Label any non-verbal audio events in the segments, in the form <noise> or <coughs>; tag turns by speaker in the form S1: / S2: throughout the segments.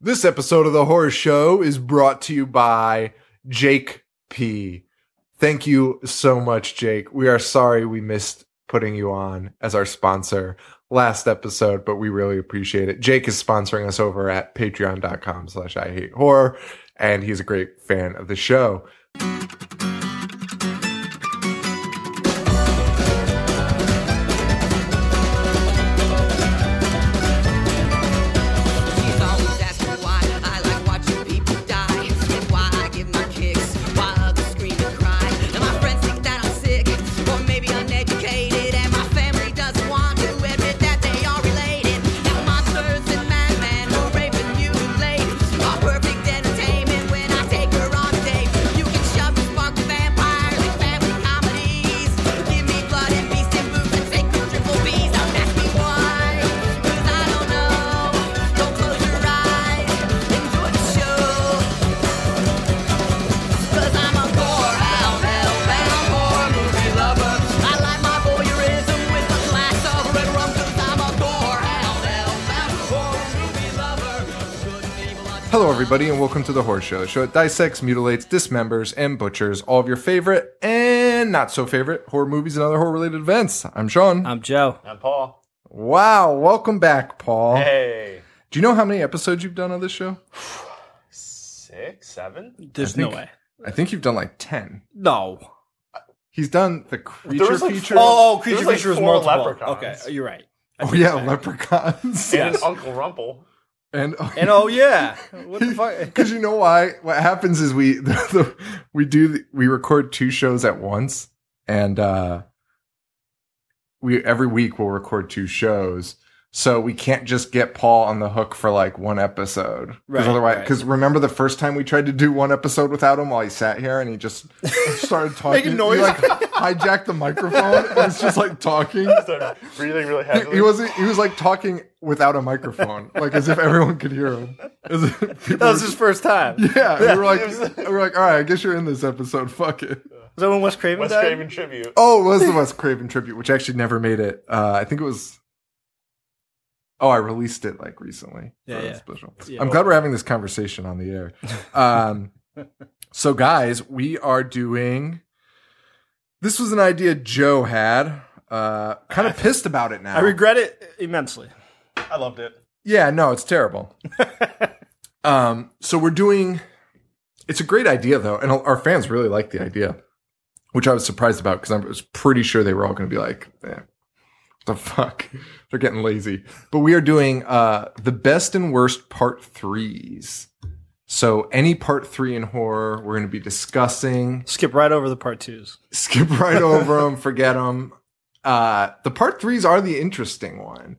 S1: This episode of The Horror Show is brought to you by Jake P. Thank you so much, Jake. We are sorry we missed putting you on as our sponsor last episode, but we really appreciate it. Jake is sponsoring us over at patreon.com slash I hate horror, and he's a great fan of the show.
S2: She's always asking why I like watching people die, and why I give my kicks, why others scream and cry. And my friends think that I'm sick, or maybe uneducated, and my family doesn't want to admit that they are related. Now monsters and madmen will rape and mutilate are perfect entertainment when I take her on a date. You can shove and spark the vampires and family comedies. Give me blood and beast and booze and sacred triple B's. Don't ask me why, 'cause I don't know. Don't close your eyes, enjoy the show. Cause I'm a poor hell, hellbound horror movie lover. I like my voyeurism with a glass of red rum. Cause I'm a poor hell, hellbound horror movie lover. Good and evil are
S1: Hello, everybody, and welcome to The Horror Show, the show that dissects, mutilates, dismembers, and butchers all of your favorite and not so favorite horror movies and other horror related events. I'm Sean.
S3: I'm Joe.
S4: I'm Paul.
S1: wow, welcome back, Paul.
S4: Hey,
S1: Do you know how many episodes you've done on this show?
S4: six, seven.
S3: There's
S1: I
S3: no
S1: think-
S3: way.
S1: I think you've done like 10.
S3: No.
S1: He's done the creature
S4: was, like,
S1: feature.
S4: four-
S1: oh,
S3: Oh, oh,
S4: There's
S3: creature
S4: like
S3: feature was
S4: four
S3: multiple.
S4: leprechauns.
S3: Okay, uh, you're right.
S1: yeah, leprechauns.
S4: And
S3: <laughs> Yes.
S4: Uncle <laughs> Rumple.
S1: And,
S3: And oh yeah, <laughs> what the fuck?
S1: Because you know why? What happens is we <laughs> the, the, we do the, we record two shows at once, and uh, we every week we'll record two shows. So we can't just get Paul on the hook for like one episode, because
S3: Right,
S1: otherwise,
S3: right.
S1: because remember the first time we tried to do one episode without him while he sat here and he just
S3: <laughs>
S1: started talking,
S3: Making noise. <laughs>
S1: he like hijacked the microphone and was just like talking.
S4: Started breathing really
S1: He,
S4: heavily.
S1: he wasn't. He was like talking without a microphone, like as if everyone could hear him. As if people
S3: <laughs> <laughs> That was
S1: were-
S3: his first time.
S1: <laughs> yeah, we were like,
S4: it was-
S1: we were like, all right, I guess you're in this episode. <laughs> Fuck it.
S3: Was that when Wes Craven
S4: West
S3: died?
S4: Craven tribute.
S1: Oh, it was the Wes Craven tribute, which actually never made it. Uh, I think it was. Oh, I released it like recently.
S3: Yeah,
S1: for
S3: yeah.
S1: Special.
S3: Yeah.
S1: I'm glad we're having this conversation on the
S3: <laughs>
S1: air. Um, so, guys, we are doing. This was an idea Joe had. Uh, kind of pissed about it now.
S3: I regret it immensely.
S4: I loved it.
S1: Yeah, no, it's terrible. um, so we're doing. It's a great idea though, and our fans really like the idea, which I was surprised about because I was pretty sure they were all going to be like, eh, what "The fuck, <laughs> they're getting lazy." But we are doing uh, the best and worst part threes. So any part three in horror, we're going to be discussing.
S3: Skip right over the part twos.
S1: Skip right over them, forget them. Uh, the part threes are the interesting one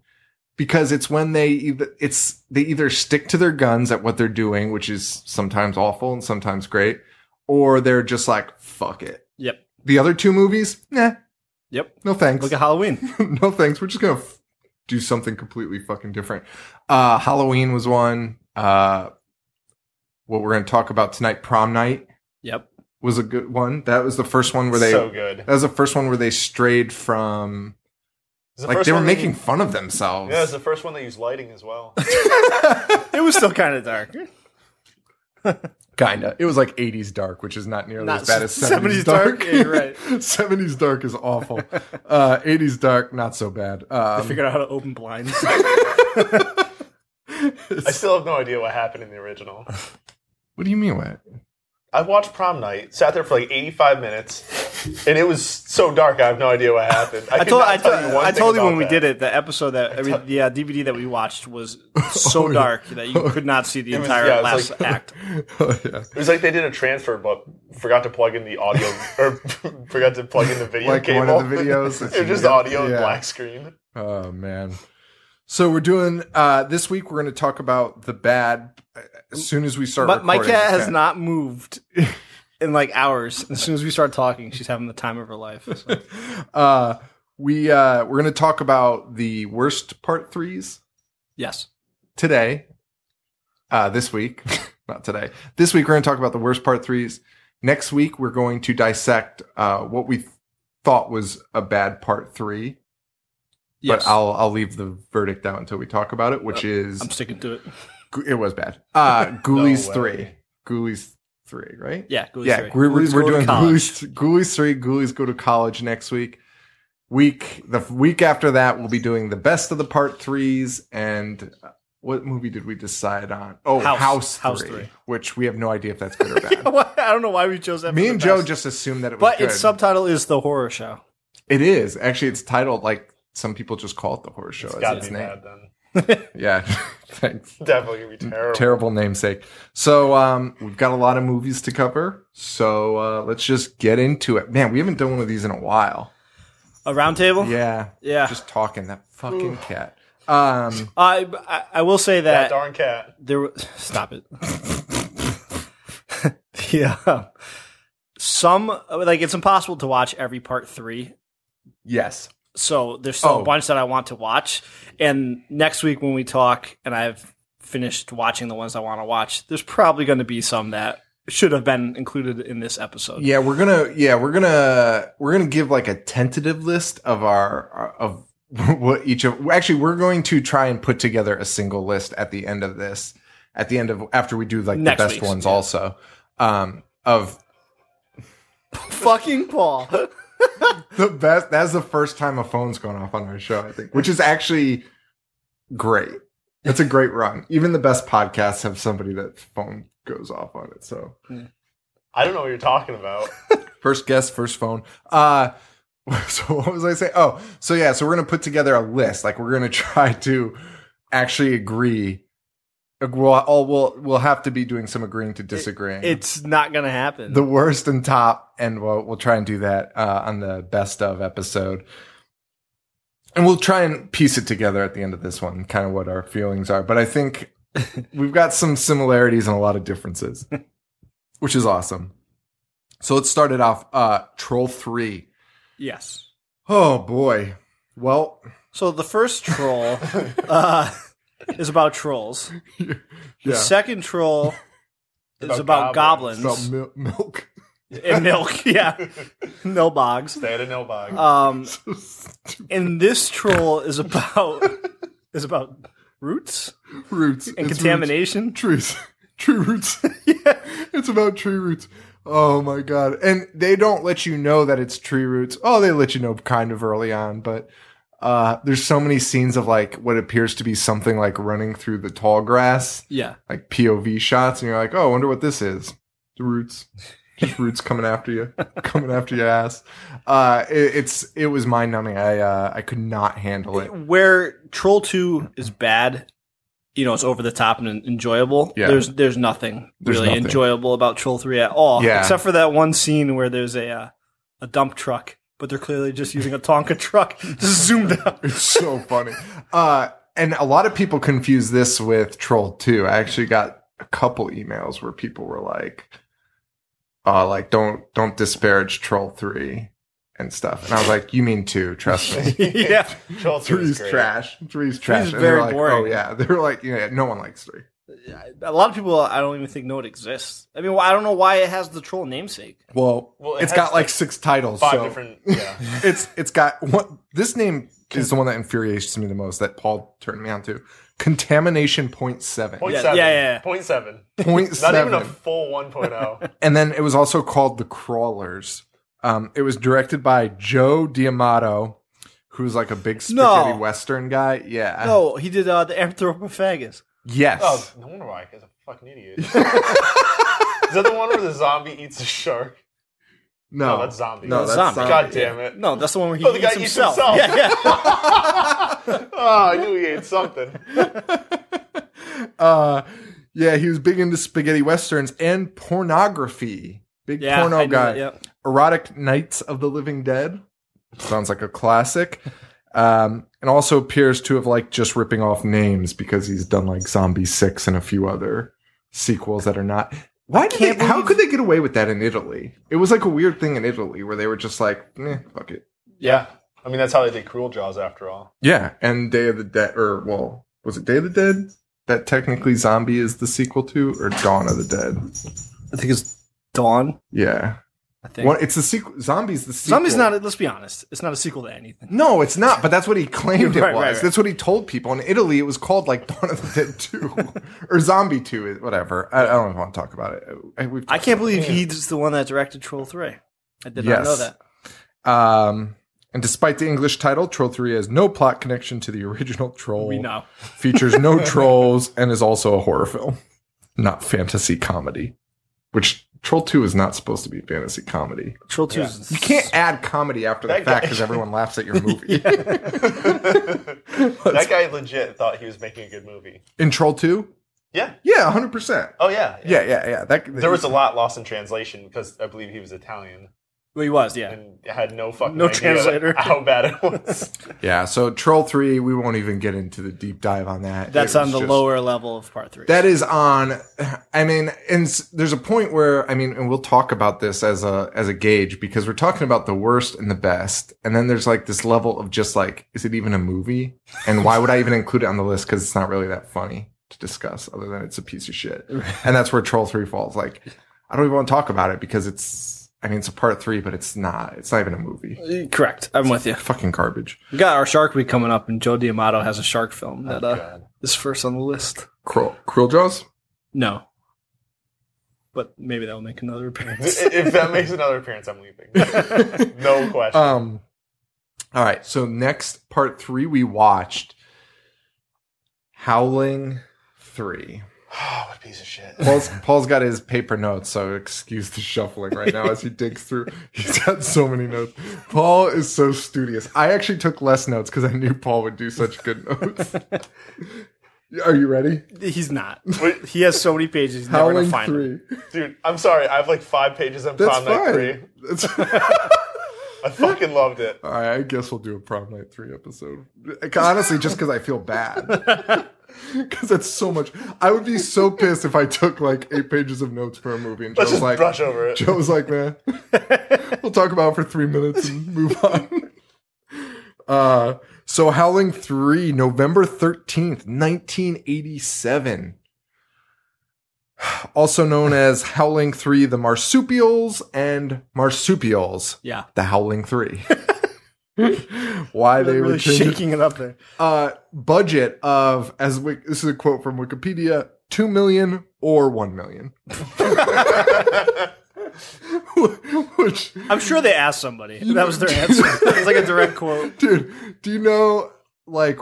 S1: because it's when they either it's they either stick to their guns at what they're doing, which is sometimes awful and sometimes great, or they're just like fuck it.
S3: Yep.
S1: The other two movies, nah,
S3: Yep.
S1: no thanks,
S3: Look at Halloween.
S1: <laughs> no thanks. We're just gonna f- do something completely fucking different. Uh, Halloween was one. Uh, what we're gonna talk about tonight, prom night
S3: <laughs> Yep.
S1: was a good one. That was the first one where they
S4: so good.
S1: that was the first one where they strayed from
S4: It's the
S1: like
S4: first
S1: they were
S4: one that
S1: making
S4: used-
S1: fun of themselves.
S4: yeah, it's the first one that used lighting as well.
S3: It was still kind of dark.
S1: Kinda. It was like 80s dark, which is not nearly
S3: Not
S1: as bad
S3: <laughs>
S1: as 70s,
S3: 70s
S1: dark.
S3: dark. Yeah, you're
S1: <laughs>
S3: right.
S1: 70s dark is
S3: <laughs>
S1: awful. uh, 80s dark, not so bad.
S3: I
S1: Um,
S3: <laughs> figured out how to open blinds.
S4: I still have no idea what happened in the original.
S1: what do you mean? What?
S4: I watched Prom Night, sat there for like 85 minutes, and it was so dark. I have no idea what happened. <laughs> I,
S3: I
S4: could
S3: told,
S4: not
S3: I,
S4: tell
S3: told
S4: you one
S3: I
S4: thing
S3: told you
S4: about
S3: when we
S4: that.
S3: did it, the episode that I mean, the uh, DVD that we watched was <laughs> so
S1: yeah.
S3: dark that you could not see the
S4: was-
S3: entire
S4: yeah, it was
S3: last
S4: like-
S3: act.
S1: <laughs> Oh, yeah.
S4: It was like they did a transfer, but forgot to plug in the audio or <laughs> forgot to plug in the video
S1: Like
S4: cable.
S1: one of the videos that
S4: <laughs> it
S1: you
S4: was just
S1: get-
S4: audio and
S1: yeah.
S4: black screen.
S1: Oh, man. So we're doing uh, this week. We're going to talk about the bad uh, as soon as we start.
S3: But my
S1: recording.
S3: cat has
S1: Yeah.
S3: not moved in like hours. As soon as we start talking, she's having the time of her life.
S1: <laughs>
S3: So.
S1: <laughs> Uh, we uh, we're going to talk about the worst part threes
S3: yes.
S1: today, uh, this
S3: <laughs>
S1: week, not today. This week, we're going to talk about the worst part threes. Next week, we're going to dissect uh, what we th- thought was a bad part three.
S3: Yes. Uh,
S1: But I'll I'll leave the verdict out until we talk about it, which is
S3: I'm sticking to it.
S1: G- It was
S3: <laughs>
S1: bad. Uh, Ghoulies
S4: way.
S1: three. Ghoulies three. Right.
S3: Yeah, Ghoulies
S1: yeah. We're,
S3: three.
S1: we're-
S3: Ghoulies
S1: we're
S3: go to
S1: doing
S3: college.
S1: Ghoulies, Ghoulies three. Ghoulies go to college next week. Week the f- week after that, we'll be doing the best of the part threes and. uh, What movie did we decide on? Oh,
S3: House.
S1: House,
S3: House
S1: 3,
S3: three.
S1: which we have no idea if that's good
S3: <laughs>
S1: or bad.
S3: I don't know <laughs> why we chose that.
S1: Me
S3: for
S1: and
S3: the
S1: Joe
S3: best.
S1: just assumed that it was
S3: But
S1: good.
S3: its subtitle is the horror show.
S1: It is actually. It's titled like some people just call it the horror show. as
S4: Gotta
S1: its
S4: be
S1: name.
S4: bad then. <laughs>
S1: Yeah, <laughs> thanks.
S4: Definitely gonna be terrible.
S1: Terrible namesake. So um, we've got a lot of movies to cover. So uh, let's just get into it. Man, we haven't done one of these in a while.
S3: A roundtable.
S1: Yeah,
S3: Yeah.
S1: Just talking that fucking cat. Um,
S3: I, I I will say that,
S4: That darn cat.
S3: there was <laughs> stop it. yeah. Some like it's impossible to watch every part 3.
S1: yes.
S3: So there's still
S1: Oh.
S3: a bunch that I want to watch and next week when we talk and I've finished watching the ones I want to watch, there's probably going to be some that should have been included in this episode.
S1: Yeah, we're gonna. Yeah, we're gonna. We're gonna give like a tentative list of our of <laughs> what each of. Actually, we're going to try and put together a single list at the end of this. At the end of after we do like
S3: Next
S1: the best
S3: week's,
S1: ones,
S3: yeah.
S1: also um, of
S3: Fucking Paul.
S1: <laughs> the best. That's the first time a phone's gone off on our show, I think, which is actually great. That's a great run. Even the best podcasts have somebody that phone goes off on it. So
S4: I don't know what you're talking about.
S1: first guest, first phone. Uh, <laughs> so what was I saying? Oh, so yeah, so we're gonna put together a list. Like we're gonna <laughs> try to actually agree. Like, We'll all we'll we'll have to be doing some agreeing to disagreeing.
S3: it's not going to happen.
S1: the worst and top, and we'll we'll try and do that uh, on the best of episode. And we'll try and piece it together at the end of this one, kind of what our feelings are. But I
S3: <laughs>
S1: think we've got some similarities and a lot of differences, which is awesome. So let's start it off. Uh, Troll three.
S3: yes.
S1: Oh boy. Well,
S3: So the first troll
S1: <laughs>
S3: uh, is about trolls. The
S1: yeah.
S3: second troll is
S4: About
S3: about
S4: goblins.
S3: goblins,
S1: About mil- milk. <laughs>
S3: and milk. Yeah, no bogs.
S4: Stay at a nail bog.
S3: Um, and this troll is about is about roots
S1: roots
S3: and
S1: It's roots.
S3: contamination.
S1: trees, <laughs> tree roots. <laughs> yeah, it's about tree roots. Oh my god! And they don't let you know that it's tree roots. Oh, they let you know kind of early on, but uh, there's so many scenes of like what appears to be something like running through the tall grass,
S3: Yeah,
S1: like POV shots, and you're like, oh, I wonder what this is. The roots, just roots coming after you, coming after your ass. Uh, it, it's it was mind numbing. I uh, I could not handle it.
S3: where troll two is bad. You know, it's over the top and enjoyable.
S1: Yeah.
S3: There's there's nothing
S1: There's
S3: really
S1: nothing.
S3: enjoyable about Troll Three at all,
S1: Yeah.
S3: except for that one scene where there's a uh, a dump truck, but they're clearly just using a Tonka <laughs> truck just zoomed
S1: <laughs>
S3: out.
S1: It's so funny. Uh, and a lot of people confuse this with Troll 2. I actually got a couple emails where people were like, uh, like don't don't disparage Troll 3 and stuff. And I was like, you mean 2, trust <laughs> me.
S3: yeah,
S4: Troll three is
S1: Three's
S4: great.
S1: trash. Three's trash.
S3: is
S1: And they're
S3: very
S1: like,
S3: boring.
S1: Oh yeah, <laughs> they were like, yeah, no one likes three.
S3: a lot of people I don't even think know it exists. I mean, I don't know why it has the troll namesake.
S1: Well,
S4: Well, it
S1: it's
S4: has,
S1: got like
S4: like,
S1: six titles.
S4: Five
S1: so
S4: different. Yeah.
S1: <laughs> it's it's got one. This name is the one that infuriates me the most. That Paul turned me on to. Contamination point seven.
S4: Point
S3: Yeah,
S4: seven.
S3: yeah, yeah.
S4: Point seven.
S1: Point
S4: <laughs> Not
S1: seven.
S4: even a full oh. 1.0.
S1: and then it was also called The Crawlers. Um, it was directed by Joe Diamato, who's like a big spaghetti
S3: No.
S1: western guy. Yeah.
S3: No, he did uh, the Anthropophagus.
S1: Yes.
S4: oh, no wonder why. He's a fucking idiot. is that the one where the zombie eats a shark?
S1: no.
S4: no, that's zombie.
S1: No, that's
S4: That's
S1: zombie.
S3: zombie.
S4: God damn it. <laughs>
S3: No, that's the one where he
S4: Oh, the
S3: eats,
S4: guy eats
S3: himself. <laughs>
S4: himself.
S3: Yeah, yeah.
S4: Oh, I knew he ate something.
S1: <laughs> Uh, yeah, he was big into spaghetti westerns and pornography. Big
S3: Yeah, I
S1: porno
S3: knew
S1: guy.
S3: that, yep.
S1: Erotic Nights of the Living Dead. Sounds like a classic. Um, and also appears to have like just ripping off names because he's done like Zombie Six and a few other sequels that are not. Why did
S3: Can't
S1: they, how
S3: believe-
S1: could they get away with that in Italy? It was like a weird thing in Italy where they were just like, eh, fuck it.
S4: Yeah. I mean, that's how they did Cruel Jaws
S1: <laughs>
S4: after all.
S1: Yeah, and Day of the Dead, or well, was it Day of the Dead? That technically Zombie is the sequel to, or Dawn of the Dead?
S3: I think it's Dawn.
S1: Yeah,
S3: I think.
S1: One, it's the sequel. Zombies. The sequel.
S3: Zombie's not. Let's be honest. It's not a sequel to anything.
S1: No, it's not. But that's what he claimed it
S3: <laughs> Right, right,
S1: was.
S3: right.
S1: That's what he told people in Italy. It was called like Dawn of the Dead Two <laughs> or Zombie Two, whatever. I, I don't want to talk about it. I, we've
S3: I can't believe he's the one that directed Troll Three. I did not
S1: Yes.
S3: know that.
S1: Um, and despite the English title, Troll 3 has no plot connection to the original Troll.
S3: We know.
S1: <laughs> Features no trolls and is also a horror film, not fantasy comedy. Which Troll 2 is not supposed to be fantasy comedy.
S3: Troll Two. is
S1: You can't add comedy after the
S4: That
S1: fact
S4: guy-
S1: because everyone laughs at
S3: <laughs>
S1: your movie.
S4: that guy legit thought he was making a good movie.
S1: In Troll 2?
S4: Yeah.
S1: Yeah, 100%.
S4: Oh yeah.
S1: Yeah, yeah, yeah. That,
S4: There was a lot lost in translation because I believe he was Italian
S3: Well, he was. Yeah.
S4: and had no fucking
S3: No
S4: idea
S3: translator.
S4: how bad it
S1: <laughs>
S4: was.
S1: yeah, so Troll 3, we won't even get into the deep dive on that.
S3: That's
S1: It
S3: on
S1: was
S3: the
S1: just-
S3: lower level of part three.
S1: That is on. I mean, and s- there's a point where I mean, and we'll talk about this as a as a gauge because we're talking about the worst and the best, and then there's like this level of just like, is it even a movie? And why would I even include it on the list? Because it's not really that funny to discuss, other than it's a piece of shit. And that's where Troll Three falls. Like, I don't even want to talk about it because it's. I mean, it's a part three, but it's not. It's not even a movie.
S3: Correct. I'm with you.
S1: Fucking garbage.
S3: We got our Shark Week coming up, and Joe D'Amato has a shark film
S1: Oh,
S3: that uh,
S4: God.
S3: is first on the list.
S1: Krill, Krill Jaws.
S3: No. But maybe that'll make another appearance.
S4: if that makes another appearance, I'm
S1: <laughs>
S4: leaving. no question.
S1: Um. All right. So next part three, we watched Howling Three.
S4: oh, what a piece of shit.
S3: <laughs>
S1: Paul's Paul's got his paper notes, so excuse the shuffling right now as he digs through. He's got so many notes. Paul is so studious. I actually took less notes because I knew Paul would do such
S3: <laughs>
S1: good notes. Are you ready?
S3: <laughs> He's not. He has so many pages. He's never gonna
S1: Howling
S3: find them.
S1: Three.
S4: Dude, I'm sorry. I have like five pages on
S1: That's
S4: Prom Night 3.
S1: fine. That's-
S4: I fucking loved it.
S1: All right, I guess we'll do a prom night three episode. Honestly, just because I feel bad.
S4: <laughs>
S1: Because that's so much. I would be so pissed if I took like eight pages of notes for a movie and
S4: Let's
S1: Joe's
S4: just
S1: like,
S4: brush over it.
S1: Joe's like,
S4: <laughs>
S1: man, we'll talk about it for three minutes and move on. Uh, so Howling 3, November 13th, 1987. <sighs> Also known as Howling 3, The Marsupials and Marsupials
S3: Yeah.
S1: the Howling
S3: <laughs>
S1: Three. <laughs> Why they
S3: really
S1: were changing
S3: shaking it up there.
S1: uh, budget of as Wik- this is a quote from Wikipedia: two million or one
S3: <laughs>
S1: million, <laughs> which
S3: I'm sure they asked somebody. That
S1: <laughs>
S3: was their <laughs> answer. It's like a direct quote.
S1: dude, do you know, like,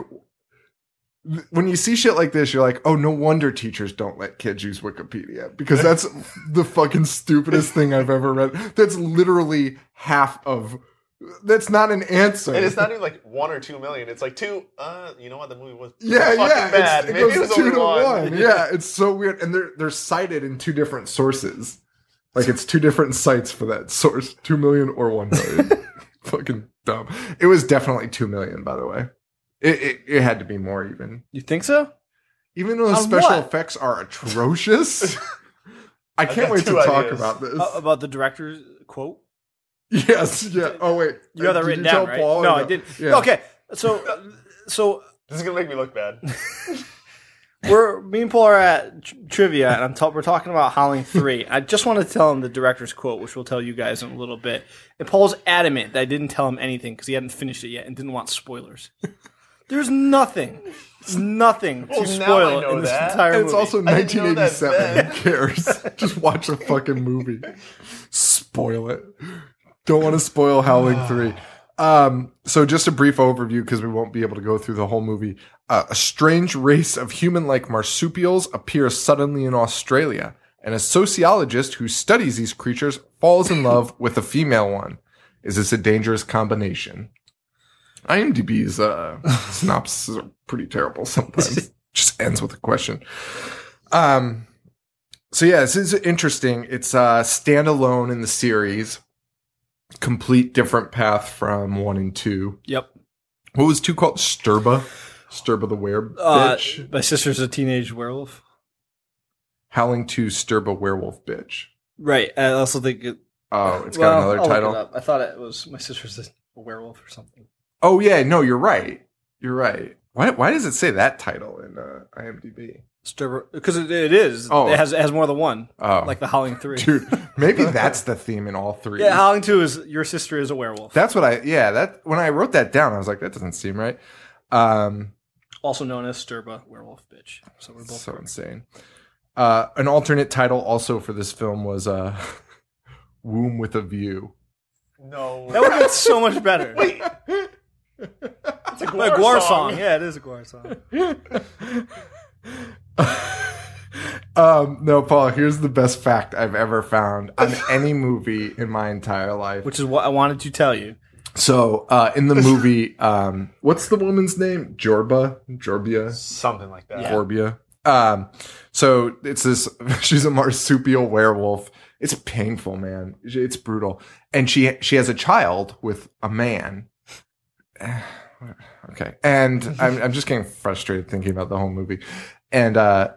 S1: th- when you see shit like this, you're like, oh, no wonder teachers don't let kids use Wikipedia because
S3: <laughs>
S1: that's the fucking stupidest thing I've ever read. That's literally half of. That's not an answer.
S4: And it's not even like one or two million. It's like two. Uh, you know what? The movie was
S1: Yeah,
S4: fucking
S1: yeah,
S4: bad.
S1: It's, it
S4: Maybe
S1: goes
S4: it was
S1: two
S4: only
S1: to
S4: one.
S1: one. Yeah, it's so weird, and they're they're cited in two different sources. Like it's two different sites for that source: two million or one
S3: <laughs>
S1: million. Fucking dumb. It was definitely two million, by the way. It it, it had to be more even.
S3: You think so?
S1: Even though the
S3: On
S1: special
S3: what?
S1: effects are
S3: <laughs>
S1: atrocious. I can't
S4: got
S1: wait to
S4: two
S1: talk
S4: ideas.
S1: about this.
S3: Uh, about the director's quote?
S1: <laughs> yes, yeah. Oh wait,
S3: Uh, You got that
S1: Did
S3: written
S1: tell
S3: down, right?
S1: Paul or
S3: no, I didn't.
S1: Yeah.
S3: Okay. So, uh, so
S4: <laughs> This is gonna make me
S3: <laughs>
S4: look bad.
S3: we're me and Paul are at tr- trivia, and I'm ta- we're talking about <laughs> Howling Three. I just want to tell him the director's quote, which we'll tell you guys in a little bit. And Paul's adamant that I didn't tell him anything because he hadn't finished it yet and didn't want <laughs> spoilers. There's nothing, it's nothing
S4: Well,
S3: to
S4: now I
S3: spoil
S4: know
S3: in this
S4: that.
S3: entire
S1: And
S3: movie.
S1: it's also
S4: I didn't know that
S1: 1987.
S4: then.
S1: Who cares? <laughs> Just watch a fucking movie. Spoil it. Don't want to spoil Howling 3. Um, so, just a brief overview because we won't be able to go through the whole movie. Uh, a strange race of human like marsupials appears suddenly in Australia, and a sociologist who studies these creatures falls in love with a female one. Is this a dangerous combination? IMDb's uh, <laughs> synopsis are pretty terrible
S3: <laughs>
S1: sometimes. Just ends with a question. Um, so yeah, this is interesting. It's uh, standalone in the series, complete different path from one and two.
S3: yep.
S1: What was two called? Sturba, Sturba the Were
S3: Uh,
S1: Bitch,
S3: my sister's a teenage werewolf.
S1: Howling Two, Sturba Werewolf Bitch.
S3: Right. I also think it,
S1: Oh, it's
S3: well,
S1: got another
S3: I'll look it
S1: title.
S3: up. I thought it was my sister's a werewolf or something.
S1: Oh yeah, no, you're right. You're right. Why? Why does it say that title in uh, IMDb?
S3: Stirber because it, it is.
S1: Oh.
S3: it has it has more than one.
S1: Oh.
S3: like the Howling
S1: <laughs>
S3: Three.
S1: dude. Maybe that's the theme in all three.
S3: Yeah, Howling Two is your sister is a werewolf,
S1: that's what I. Yeah, that when I wrote that down, I was like, that doesn't seem right. Um,
S3: also known as Sturba werewolf bitch. So we're both
S1: so insane. Uh, an alternate title also for this film was uh, <laughs> "Womb with a View." <laughs>
S3: that
S4: No.
S3: would have been so much better.
S4: Wait. It's a
S3: Like
S4: Guar,
S3: a Guar
S4: song.
S3: song. Yeah, it is a Guar song.
S1: Um, no, Paul. Here's the best fact I've ever found
S3: <laughs>
S1: on any movie in my entire life.
S3: Which is what I wanted to tell
S1: <laughs>
S3: you.
S1: So uh,
S3: <laughs>
S1: in the movie, um, what's the woman's name? Jorba, Jorbia,
S4: Something like that.
S3: Yeah.
S1: Jorbia. Um, so it's this. <laughs> She's a marsupial werewolf. It's painful, man. It's brutal, and she she has a child with a man. <sighs> Okay, and I'm I'm just getting frustrated thinking about the whole movie, and uh,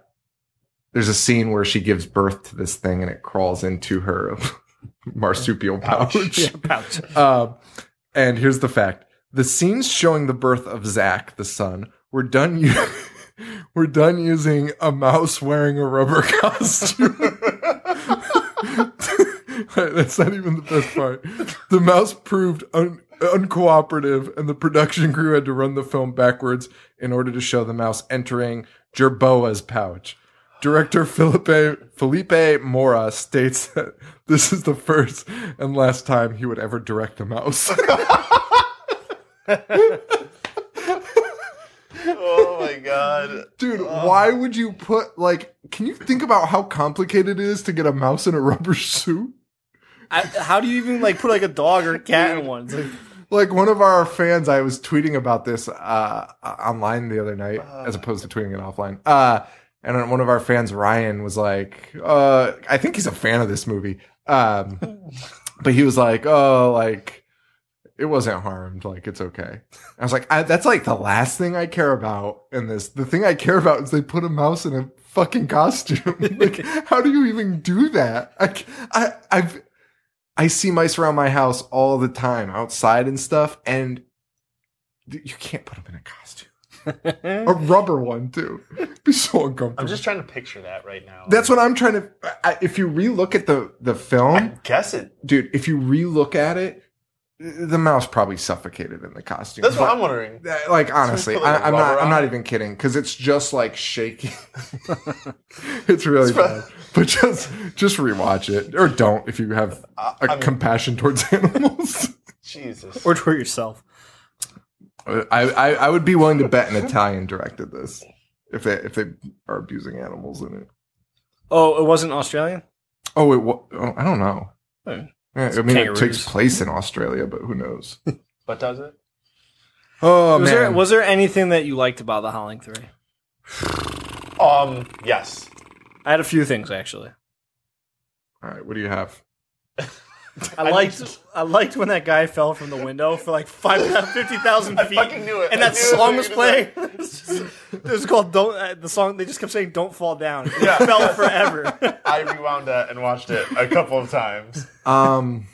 S1: there's a scene where she gives birth to this thing, and it crawls into her <laughs> marsupial pouch.
S3: <laughs> Pouch.
S1: Um, and here's the fact: the scenes showing the birth of Zach, the son, were done. U- <laughs> were done using a mouse wearing a rubber <laughs> costume. <laughs> That's not even the best part. The mouse proved un- uncooperative, and the production crew had to run the film backwards in order to show the mouse entering Jerboa's pouch. Director Felipe Felipe Mora states that this is the first and last time he would ever direct a mouse. <laughs>
S4: Oh my god.
S1: Dude, why would you put like? Can you think about how complicated it is to get a mouse in a rubber suit?
S3: I, how do you even like put like a dog or a cat
S1: <laughs>
S3: in one? It's like,
S1: Like one of our fans, I was tweeting about this uh, online the other night, as opposed to tweeting it offline. Uh, and one of our fans, Ryan, was like, uh, I think he's a fan of this movie, um, but he was like, oh, like it wasn't harmed, like it's okay. I was like, I, that's like the last thing I care about in this. The thing I care about is they put a mouse in a fucking costume. <laughs> like, how do you even do that? I, c- I, I've, I see mice around my house all the time, outside and stuff, and th- you can't put them in a
S4: <laughs>
S1: costume. a rubber one too. It'd be so uncomfortable.
S4: I'm just trying to picture that right now.
S1: That's what I'm trying to. I, if you relook at the the film,
S4: guess it.
S1: dude, if you relook at it, the mouse probably suffocated in the costume.
S4: That's what
S1: But-
S4: I'm wondering.
S1: that- like honestly,
S4: put, like,
S1: I, I'm
S4: rubber
S1: not. I'm
S4: on
S1: not
S4: it.
S1: even kidding because it's just like shaking. <laughs> it's really bad. But just just rewatch it or don't if you have a
S4: I mean-
S1: compassion towards <laughs> animals.
S4: Jesus.
S3: or to yourself.
S1: I, I I would be willing to bet an Italian directed this if they if they are abusing animals in it.
S3: Oh, it wasn't Australian.
S1: Oh, it. wa- Oh, I don't know.
S3: Hmm.
S1: Yeah, I mean, it
S3: kangaroos.
S1: takes place in Australia, but who
S3: <laughs>
S1: knows?
S4: But does it?
S1: Oh
S3: was
S1: man,
S3: there was there anything that you liked about the Howling Three?
S4: Um, yes.
S3: I had a few things actually.
S1: all right. What do you have?
S3: I, liked I liked when that guy fell from the window for like five <laughs> fifty thousand feet.
S4: fucking knew it.
S3: And
S4: I
S3: that
S4: knew it
S3: song
S4: was
S3: was playing. <laughs> it was called "Don't." Uh, the song they just kept saying "Don't fall down." It
S4: Yeah.
S3: fell
S4: <laughs>
S3: forever.
S4: I rewound that and watched it a couple of times.
S1: Um,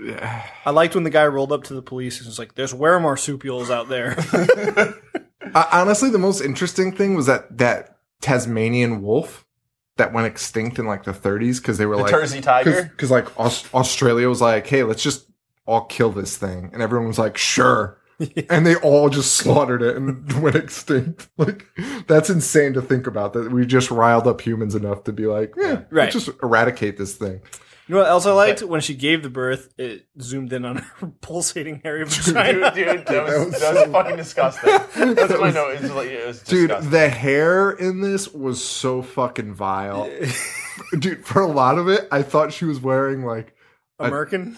S1: yeah.
S3: I liked when the guy rolled up to the police and was like, "There's were marsupials out there." <laughs>
S1: I, honestly, the most interesting thing was that that Tasmanian wolf that went extinct in like the 30s because they were
S4: The
S1: like
S4: Jersey Tiger?
S1: because like Aus- Australia was like, hey, let's just all kill this thing, and everyone was like,
S4: <laughs>
S1: sure. And they all just slaughtered it and <laughs> went extinct. Like that's insane to think about. That we just riled up humans enough to be like, yeah, let's
S3: Right.
S1: just eradicate this thing.
S3: You know what else I liked? When she gave the birth, it zoomed in on her <laughs> pulsating hairy vagina.
S4: Dude, dude, that was, that was,
S1: was so-
S4: fucking disgusting. That's
S1: That
S4: what I
S1: was-
S4: know. It was, like, it was
S1: Dude,
S4: disgusting.
S1: the hair in this was so fucking
S4: <laughs>
S1: vile. Dude, for a lot of it, I thought she was wearing like
S3: American.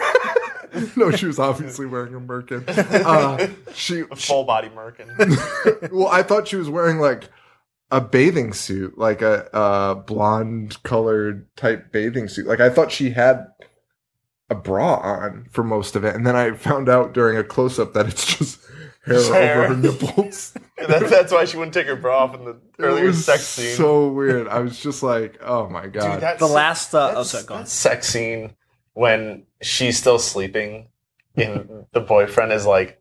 S1: <laughs> no, she was obviously wearing a merkin. Uh, she, she-
S4: full body merkin.
S1: well, I thought she was wearing like a bathing suit, like a, a blonde colored type bathing suit. Like I thought she had a bra on for most of it, and then I found out during a close up that it's just <laughs> hair,
S4: Hair.
S1: over her
S4: <laughs>
S1: nipples.
S4: that's, that's why she wouldn't take her bra off in the
S1: It
S4: earlier
S1: was
S4: sex scene.
S1: So weird. I was just like, oh my god.
S4: Dude, that's,
S3: The last. Uh, oh,
S4: that's-
S3: sorry, go on.
S4: that sex scene when she's still sleeping and the boyfriend is like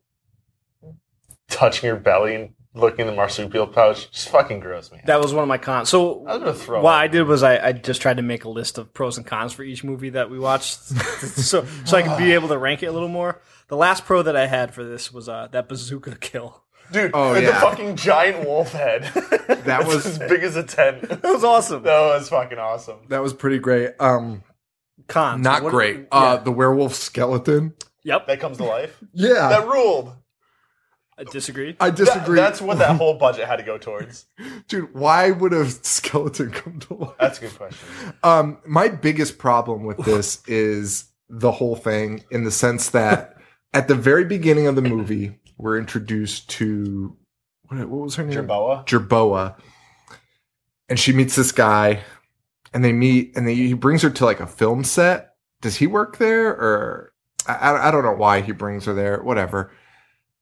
S4: touching her belly and looking in the marsupial pouch just fucking gross me. out.
S3: That was one of my cons. So
S4: I was gonna throw
S3: what
S4: up.
S3: I did was I, I just tried to make a list of pros and cons for each movie that we
S4: <laughs>
S3: watched, so so I could be able to rank it a little more. The last pro that I had for this was uh, that bazooka kill. <laughs>
S4: Dude,
S1: Oh,
S4: with
S1: yeah.
S4: the fucking giant wolf head.
S1: <laughs> That
S4: It's
S1: was
S4: as big as a tent.
S3: That was awesome.
S4: That was fucking awesome.
S1: that was pretty great. Um,
S3: Cons.
S1: not
S3: What-
S1: great.
S3: yeah.
S1: Uh, the werewolf skeleton.
S3: yep.
S4: That comes to life.
S1: Yeah,
S4: That ruled.
S3: I disagreed.
S1: I
S4: That-
S1: Uh, disagree.
S4: that's what that whole budget had to go towards.
S1: dude. Why would a <laughs> skeleton come to life?
S4: That's a
S1: <laughs>
S4: good question.
S1: Um, my biggest problem with this is the whole thing in the sense that at the very beginning of the movie, we're introduced to what, what was her name?
S4: Jerboa?
S1: Jerboa. And she meets this guy, and they meet, and they, he brings her to like a film set. Does he work there, or I, I- I don't know why he brings her there? Whatever.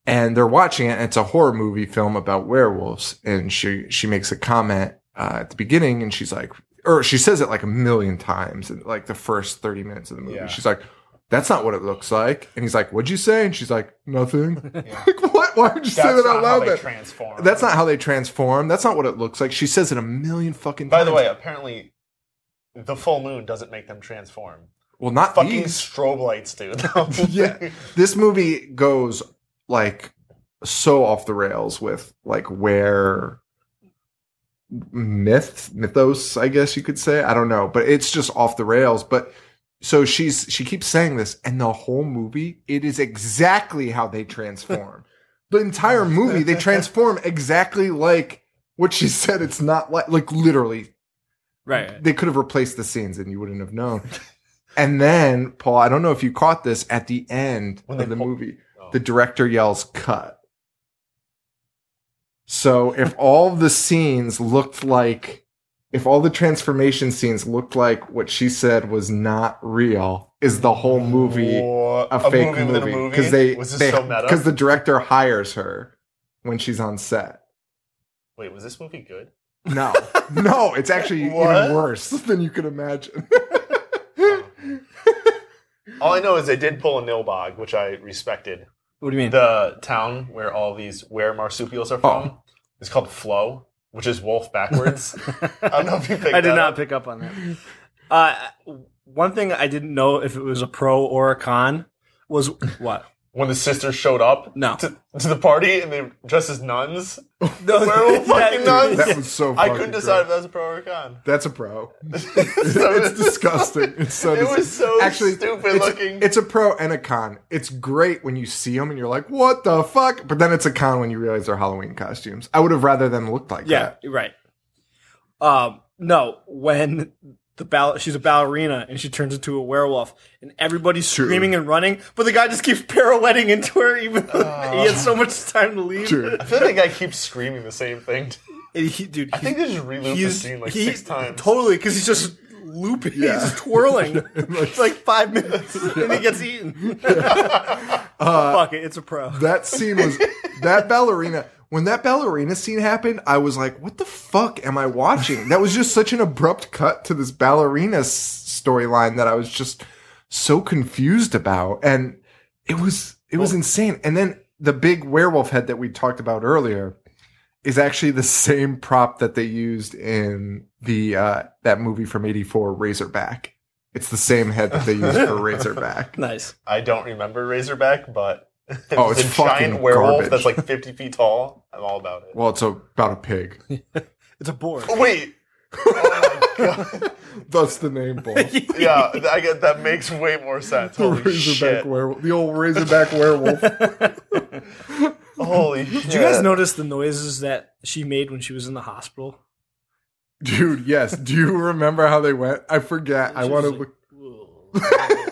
S1: And they're watching it, and it's a horror movie film about werewolves. And she she makes a comment uh, at the beginning, and she's like, or she says it like a million times in like the first thirty minutes of the movie.
S4: Yeah.
S1: She's like. That's not what it looks like. And he's like, "What'd you say?" And she's like,
S4: <laughs>
S1: "Nothing." <laughs> like, what? Why would you say that
S4: That's not
S1: out
S4: how
S1: loud?
S4: they
S1: then?
S4: transform.
S1: That's not how they transform. That's not what it looks like. She says it a million fucking
S4: By
S1: times.
S4: the way, apparently, the full moon doesn't make them transform.
S1: well, not
S4: Fucking
S1: these.
S4: strobe lights, dude. <laughs>
S1: Yeah. This movie goes like so off the rails with like where myth, mythos, I guess you could say. I don't know, but it's just off the rails. But so she's she keeps saying this, and the whole movie, it is exactly how they
S4: <laughs>
S1: transform. the entire movie, they transform exactly like what she said. It's not like like literally
S4: <laughs>
S3: Right.
S1: they could have replaced the scenes and you wouldn't have known. And then, Paul, I don't know if you caught this at the end
S4: When
S1: of
S4: they
S1: the
S4: pull-
S1: movie,
S4: Oh.
S1: the director yells cut. So if all the scenes looked like if all the transformation scenes looked like what she said was not real, is the whole movie
S4: Or
S1: a, fake movie? Because they
S4: was this
S1: they- <laughs>
S4: so meta?
S1: 'cause the director hires her when she's on set.
S4: Wait, was this movie
S1: <laughs>
S4: good? <laughs>
S1: No, no, it's actually
S4: What?
S1: even worse than you could imagine.
S4: All I know is they did pull a Nilbog, which I respected.
S3: What do you mean?
S4: The town where all these where marsupials are from
S1: Oh.
S4: is called Flo, which is wolf backwards.
S1: <laughs>
S4: I don't know if you picked
S3: I did
S4: that
S3: not
S4: up.
S3: pick up on that. Uh, one thing I didn't know if it was a pro or a con was
S4: <laughs>
S3: what?
S4: When the sisters showed up
S3: No.
S4: to, to the party and they dressed as nuns,
S1: <laughs>
S3: <laughs> No,
S4: werewolf fucking nuns.
S1: That was so.
S4: I
S1: fucking
S4: couldn't decide
S1: gross.
S4: if that was a pro or a con.
S1: That's a
S4: <laughs>
S1: pro.
S4: So-
S1: <laughs> it's disgusting. It's so.
S4: It was
S1: dis-
S4: so
S1: actually
S4: stupid
S1: it's,
S4: looking.
S1: It's a pro and a con. It's great when you see them and you're like, "What the fuck?" But then it's a con when you realize they're Halloween costumes. I would have rather them looked like
S3: Yeah,
S1: that.
S3: right. Um, no, when the ball- she's a ballerina and she turns into a werewolf, and everybody's
S1: True.
S3: screaming and running, but the guy just keeps pirouetting into her, even though he had so much time to leave.
S1: Uh, True.
S4: I feel like I keep screaming the same thing.
S3: And he, dude,
S4: I think they just relooped the
S3: he's
S4: scene like
S3: he-
S4: six times.
S3: Totally, because he's just looping,
S1: Yeah.
S3: he's
S1: <laughs>
S3: just twirling. it's <laughs> like five minutes, and he gets eaten. Fuck it, it's a pro.
S1: Uh, That scene was that ballerina. When that ballerina scene happened, I was like, "What the fuck am I watching?" That was just such an abrupt cut to this ballerina s- storyline that I was just so confused about, and it was it was insane. And then the big werewolf head that we talked about earlier is actually the same prop that they used in the uh, that movie from '84, Razorback. It's the same head that they used for Razorback.
S3: Nice.
S4: I don't remember Razorback, but <laughs> it's
S1: Oh, it's
S4: a giant
S1: fucking
S4: werewolf
S1: garbage.
S4: that's like 50 feet tall. I'm all about it.
S1: Well, it's about a pig.
S3: It's a board.
S4: Oh, Wait. Oh my god.
S1: That's the name, Paul.
S4: Yeah, th- I get that makes way more
S1: <laughs>
S4: sense.
S1: the
S4: Holy
S1: Razorback
S4: shit.
S1: werewolf, the old Razorback
S4: <laughs>
S1: werewolf.
S4: Holy shit.
S3: Did you guys notice the noises that she made when she was in the hospital?
S1: Dude, yes. Do you remember how they went? I forget. I
S3: She
S1: want to
S3: was like,
S1: look. <laughs>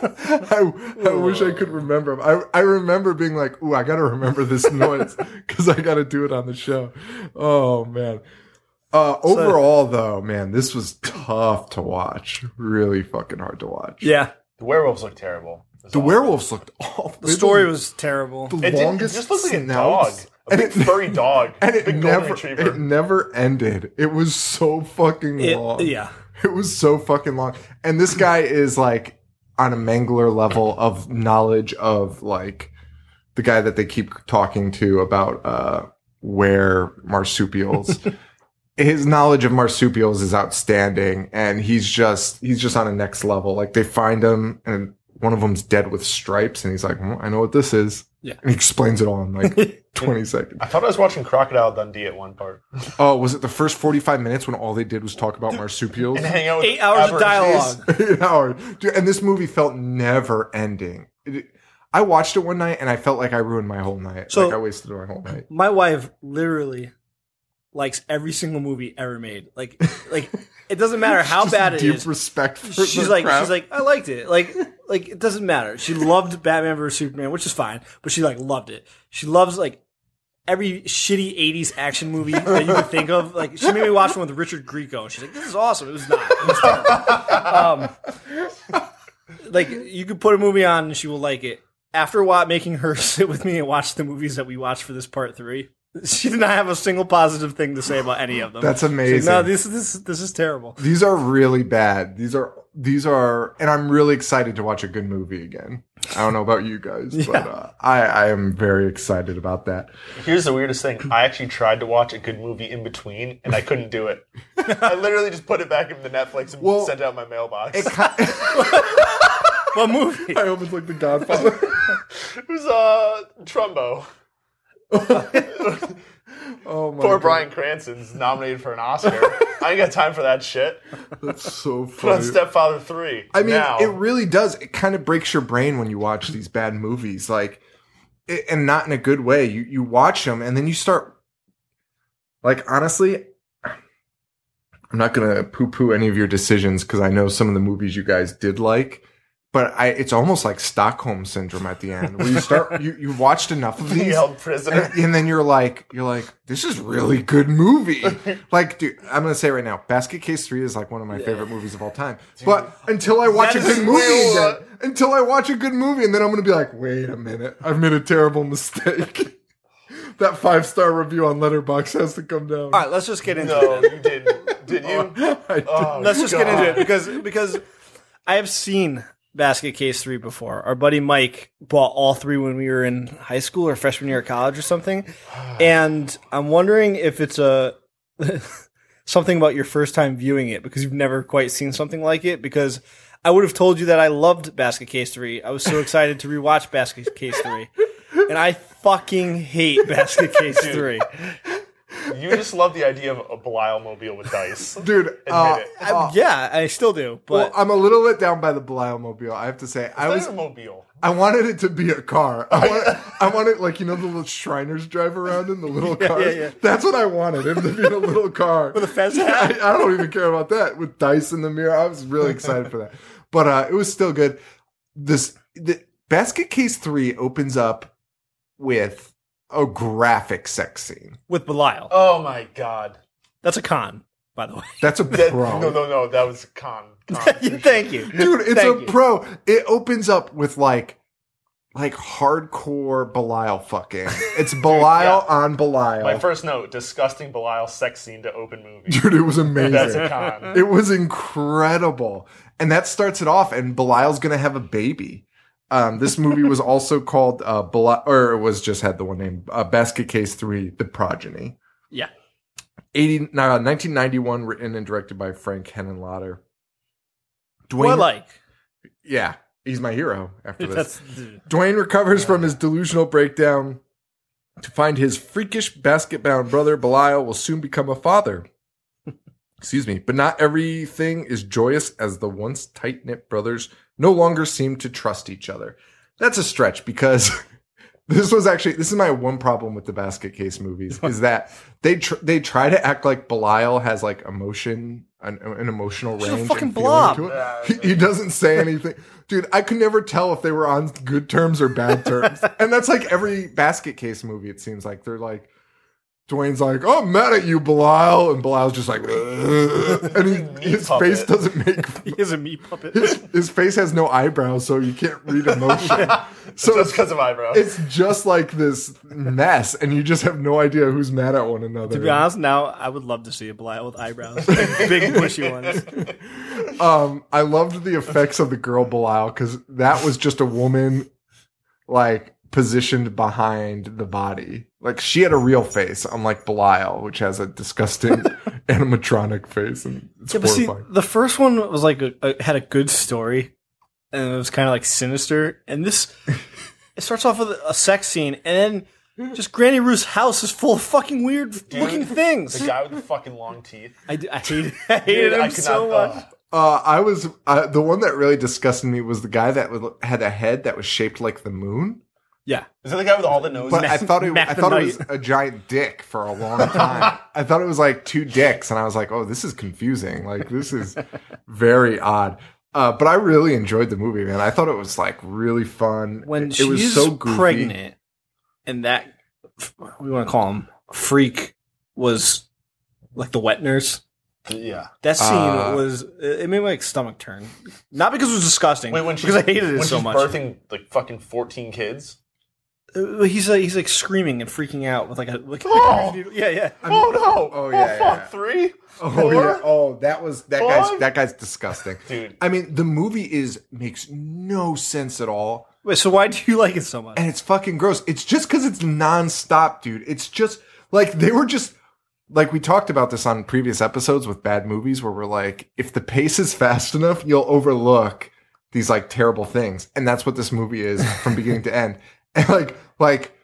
S1: I, I wish I could remember 'em. I, I remember being like, ooh, I got to remember this <laughs> noise because I got to do it on the show. Oh, man. Uh, overall, though, man, this was tough to watch. Really fucking hard to watch.
S3: Yeah,
S4: The werewolves look terrible. It was
S1: The
S4: awful.
S1: werewolves looked awful.
S3: the story was terrible.
S1: the
S4: It, did, it
S1: longest.
S4: just looks like a dog.
S1: snouts.
S4: A
S1: And
S4: big
S1: it-
S4: furry dog.
S1: <laughs> and it
S4: big golden
S1: never
S4: retriever.
S1: it never ended. It was so fucking
S3: It-
S1: long.
S3: yeah.
S1: it was so fucking long. And this guy is like on a Mangler level of knowledge of like the guy that they keep talking to about uh wear
S3: <laughs>
S1: marsupials. His knowledge of marsupials is outstanding, and he's just he's just on a next level. Like they find him, and one of them's dead with stripes, and he's like, "Mm, "I know what this is."
S3: Yeah.
S1: and he explains it all in
S3: <laughs>
S1: like twenty seconds.
S4: I thought I was watching Crocodile Dundee at one part.
S1: Oh, was it the first forty five minutes when all they did was talk about marsupials? <laughs>
S4: And hang out with
S3: Eight hours of
S4: Aborigines.
S3: dialogue.
S1: Eight hours. Dude, and this movie felt never ending. It- I watched it one night and I felt like I ruined my whole night.
S3: So-
S1: like I wasted my whole night.
S3: My wife literally likes every single movie ever made. Like, like it doesn't matter how
S1: Just
S3: bad it
S1: deep
S3: is.
S1: respect for
S3: She's
S1: the
S3: like,
S1: craft.
S3: she's like, I liked it. Like, like it doesn't matter. She loved Batman vs Superman, which is fine, but she like loved it. She loves like every shitty '80s action movie that you could think of. Like, she made me watch one with Richard Grieco, and she's like, "This is awesome." It was not. It was terrible. um, like, you could put a movie on, and she will like it. After wa making her <laughs> sit with me and watch the movies that we watched for this part three, she did not have a single positive thing to say about any of them.
S1: That's
S3: She's like,
S1: amazing.
S3: no, this this this is terrible.
S1: these are really bad. These are these are, and I'm really excited to watch a good movie again. I don't know about you
S3: <laughs>
S1: guys, but uh, I I am very excited about that. <laughs>
S4: Here's the weirdest thing. I actually tried to watch a good movie in between, and I couldn't do it. I literally just put it back into Netflix and
S1: Well,
S4: sent out my mailbox. <laughs> It,
S1: It ki-
S3: What movie?
S1: I hope it's like The Godfather.
S4: was uh, Trumbo.
S1: Oh my
S4: Poor
S1: God,
S4: Brian Cranston's nominated for an Oscar. I ain't got time for that shit.
S1: that's so
S4: Put on
S1: funny.
S4: Stepfather 3.
S1: I mean,
S4: now.
S1: it really does. It kind of breaks your brain when you watch these bad movies, like, it, and not in a good way. You you watch them, and then you start, like, honestly, I'm not gonna poo poo any of your decisions because I know some of the movies you guys did like, but I it's almost like Stockholm syndrome at the end where you start you you watched enough of
S4: he
S1: these.
S4: held prisoner.
S1: <laughs> And, and then you're like, you're like, this is really good
S3: <laughs>
S1: movie. like, dude, I'm gonna say right now, Basket Case Three is like one of my favorite movies of all time. But until I watch a
S3: That
S1: good
S3: is
S1: movie
S4: real, uh,
S1: again, until I watch a good movie, and then I'm gonna be like, wait a minute, I've made a terrible mistake. <laughs> that five star review on Letterbox has to come down.
S3: All right, let's just get into it.
S4: No, you didn't. Did you?
S1: <laughs> I
S4: Oh,
S3: Let's just get
S4: God.
S3: into it because because I have seen Basket Case three before. Our buddy Mike bought all three when we were in high school or freshman year of college or something. And I'm wondering if it's a <laughs> something about your first time viewing it because you've never quite seen something like it because. I would have told you that I loved Basket Case 3. I was so excited to rewatch Basket Case 3. And I fucking hate Basket Case 3.
S4: You just love the idea of a Belial mobile with dice.
S1: dude. Uh,
S4: it.
S1: uh,
S3: I- yeah, I still do.
S1: well,
S3: But
S1: I'm a little let down by the Belial Mobile. I have to say, I
S4: I
S1: was
S4: was a mobile.
S1: I wanted it to be a car.
S3: <laughs>
S1: I wanted, I wanted like you know the little Shriners drive around in the little cars.
S3: yeah.
S1: That's what I wanted him to be in a little car with
S3: the <laughs>
S1: <laughs>
S3: fez
S1: I,
S3: hat.
S1: I don't even care about that with dice in the mirror. I was really excited for that, but uh, it was still good. This the basket case three opens up with a graphic sex scene.
S3: with Belial.
S4: Oh my god.
S3: That's a con, by the way.
S1: That's a
S4: That,
S1: pro.
S4: no, no, no. That was con.
S1: <laughs>
S4: con
S3: Thank <laughs> <laughs> you,
S1: dude it's
S3: Thank
S1: a
S3: you.
S1: pro it opens up with like like hardcore belial fucking
S3: <laughs>
S1: it's belial on belial
S4: My first note: disgusting Belial sex scene to open
S1: <laughs>
S4: movie.
S1: dude it was
S4: That's a
S1: amazing
S3: <laughs>
S1: <laughs>
S4: con.
S1: it was incredible and that starts it off and belial's gonna have a baby um, this movie was
S3: <laughs>
S1: also called uh, Beli- or it was just had the one name uh, basket case 3 the progeny
S3: Yeah.
S1: 80, uh, 1991 written and directed by frank henenlotter dwayne
S3: Well, like <laughs>
S1: yeah he's my hero after this
S3: that's
S1: Dwayne recovers from his delusional breakdown to find his freakish basket bound brother Belial will soon become a father. Excuse me, but not everything is joyous as the once tight knit brothers no longer seem to trust each other. That's a stretch because <laughs> this was actually this is my one problem with the basket case
S3: <laughs>
S1: movies is that they tr- they try to act like Belial has like emotion an, an emotional
S3: She's a
S1: range
S3: fucking
S1: and feeling
S3: blob.
S1: to it. He, he doesn't say anything. Dude, I could never tell if they were on good terms or bad
S3: <laughs>
S1: terms. and that's like every basket case movie, it seems like. They're like, Dwayne's like, oh, I'm mad at you, Belial. And Belial's just like, "Ugh." and he,
S4: Meat
S1: his face
S4: puppet.
S1: doesn't make,
S3: he is a meat puppet.
S1: his, his face has no eyebrows, so you can't read emotion. so
S4: That's
S1: it's,
S4: because of eyebrows.
S1: it's just like this mess, and you just have no idea who's mad at one another.
S3: to be honest, now I would love to see a Belial with eyebrows, <laughs> big bushy ones.
S1: um, I loved the effects of the girl Belial because that was just a woman like positioned behind the body. Like she had a real face, unlike Belial, which has a
S3: <laughs>
S1: disgusting animatronic face, and it's
S3: Yeah, but see,
S1: horrifying.
S3: the first one was like a, a, had a good story, and it was kind of like sinister. And <laughs> this, it starts off with a sex scene, and then just Granny Ruth's house is full of fucking weird looking things.
S4: The guy with the fucking long teeth.
S3: I, d- <laughs> I hated, I hated him
S4: I could
S3: so
S4: not-
S3: much.
S4: ugh.
S1: Uh, I was uh, the one that really disgusted me was the guy that was, had a head that was shaped like the moon.
S3: yeah,
S4: Is that the guy with all the noses?
S1: But I thought it,
S3: Mac
S1: I
S3: the
S1: thought it
S3: Knight.
S1: was a giant dick for a long
S3: <laughs>
S1: time. I thought it was like two dicks, and I was like, "Oh, this is confusing. Like this is very odd." Uh, but I really enjoyed the movie, man. I thought it was like really fun.
S3: when
S1: it,
S3: she's
S1: it was so goofy.
S3: pregnant, and that we want to call him freak was like the wet nurse.
S4: yeah.
S3: That scene
S1: Uh,
S3: was it made my like, stomach turn. Not because it was disgusting,
S4: Wait, when she's
S3: because I hated it
S4: when
S3: so
S4: she's
S3: much.
S4: birthing like fucking fourteen kids.
S3: Uh, He's like he's like screaming and freaking out with like a like,
S4: Oh!
S3: yeah yeah.
S4: oh no!
S1: oh, yeah, yeah, yeah.
S4: Three.
S1: Oh
S4: Four?
S1: yeah. Oh, that was that guy's
S4: Four?
S1: that guy's disgusting.
S4: Dude.
S1: I mean, the movie is makes no sense at all.
S3: Wait, so why do you like it so much?
S1: and it's fucking gross. It's just because it's nonstop, dude. It's just like they were just like we talked about this on previous episodes with bad movies, where we're like, if the pace is fast enough, you'll overlook these like terrible things, and that's what this movie is from beginning to end. <laughs> And like, like,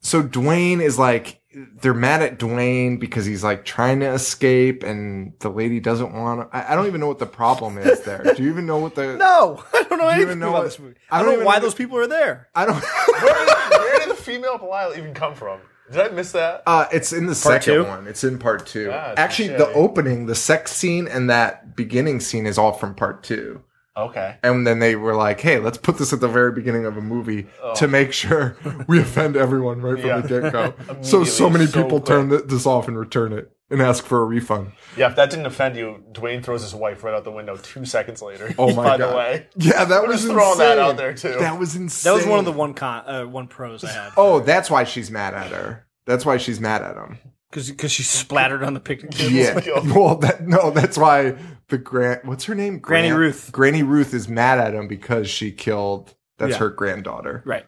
S1: so Dwayne is like. They're mad at Dwayne because he's like trying to escape, and the lady doesn't want. To, I, I don't even know what the problem is there. Do you even know what the?
S3: No, <laughs> I don't know
S1: you even
S3: anything
S1: know
S3: about
S1: what-
S3: this movie.
S1: I
S3: I
S1: don't
S3: don't, know
S1: even
S3: why
S1: know-
S3: those people are there.
S1: I don't. <laughs>
S4: Where did, where did the female Belial even come from? Did I miss that?
S1: Uh, it's in the second
S3: two?
S1: one. It's in part two.
S4: Ah,
S1: Actually,
S4: touche.
S1: the opening, the sex scene, and that beginning scene is all from part two.
S4: Okay.
S1: And then they were like, "Hey, let's put this at the very beginning of a movie to make sure <laughs> we offend everyone right from
S4: Oh. Yeah.
S1: the get
S4: <laughs>
S1: go." so so
S4: Immediately,
S1: many
S4: so
S1: people
S4: quick.
S1: turn th- this off and return it and ask for a refund.
S4: Yeah, if that didn't offend you, Dwayne throws his wife right out the window two seconds later.
S1: Oh my
S4: <laughs> By
S1: god!
S4: the way,
S1: Yeah, that
S4: We're
S1: was
S4: just throwing that
S1: insane.
S4: out there, too.
S1: That was insane.
S3: That was one of the one con uh, one pros I had
S1: Oh, that's why she's mad at her. That's why she's mad at him.
S3: because she splattered on the picnic table.
S1: Yeah.
S4: God.
S1: <laughs> Well, that, no, that's why the Grant. What's her name?
S3: Granny
S1: Grant-
S3: Ruth.
S1: Granny Ruth is mad at him because she killed. That's
S3: Yeah.
S1: her granddaughter.
S3: Right.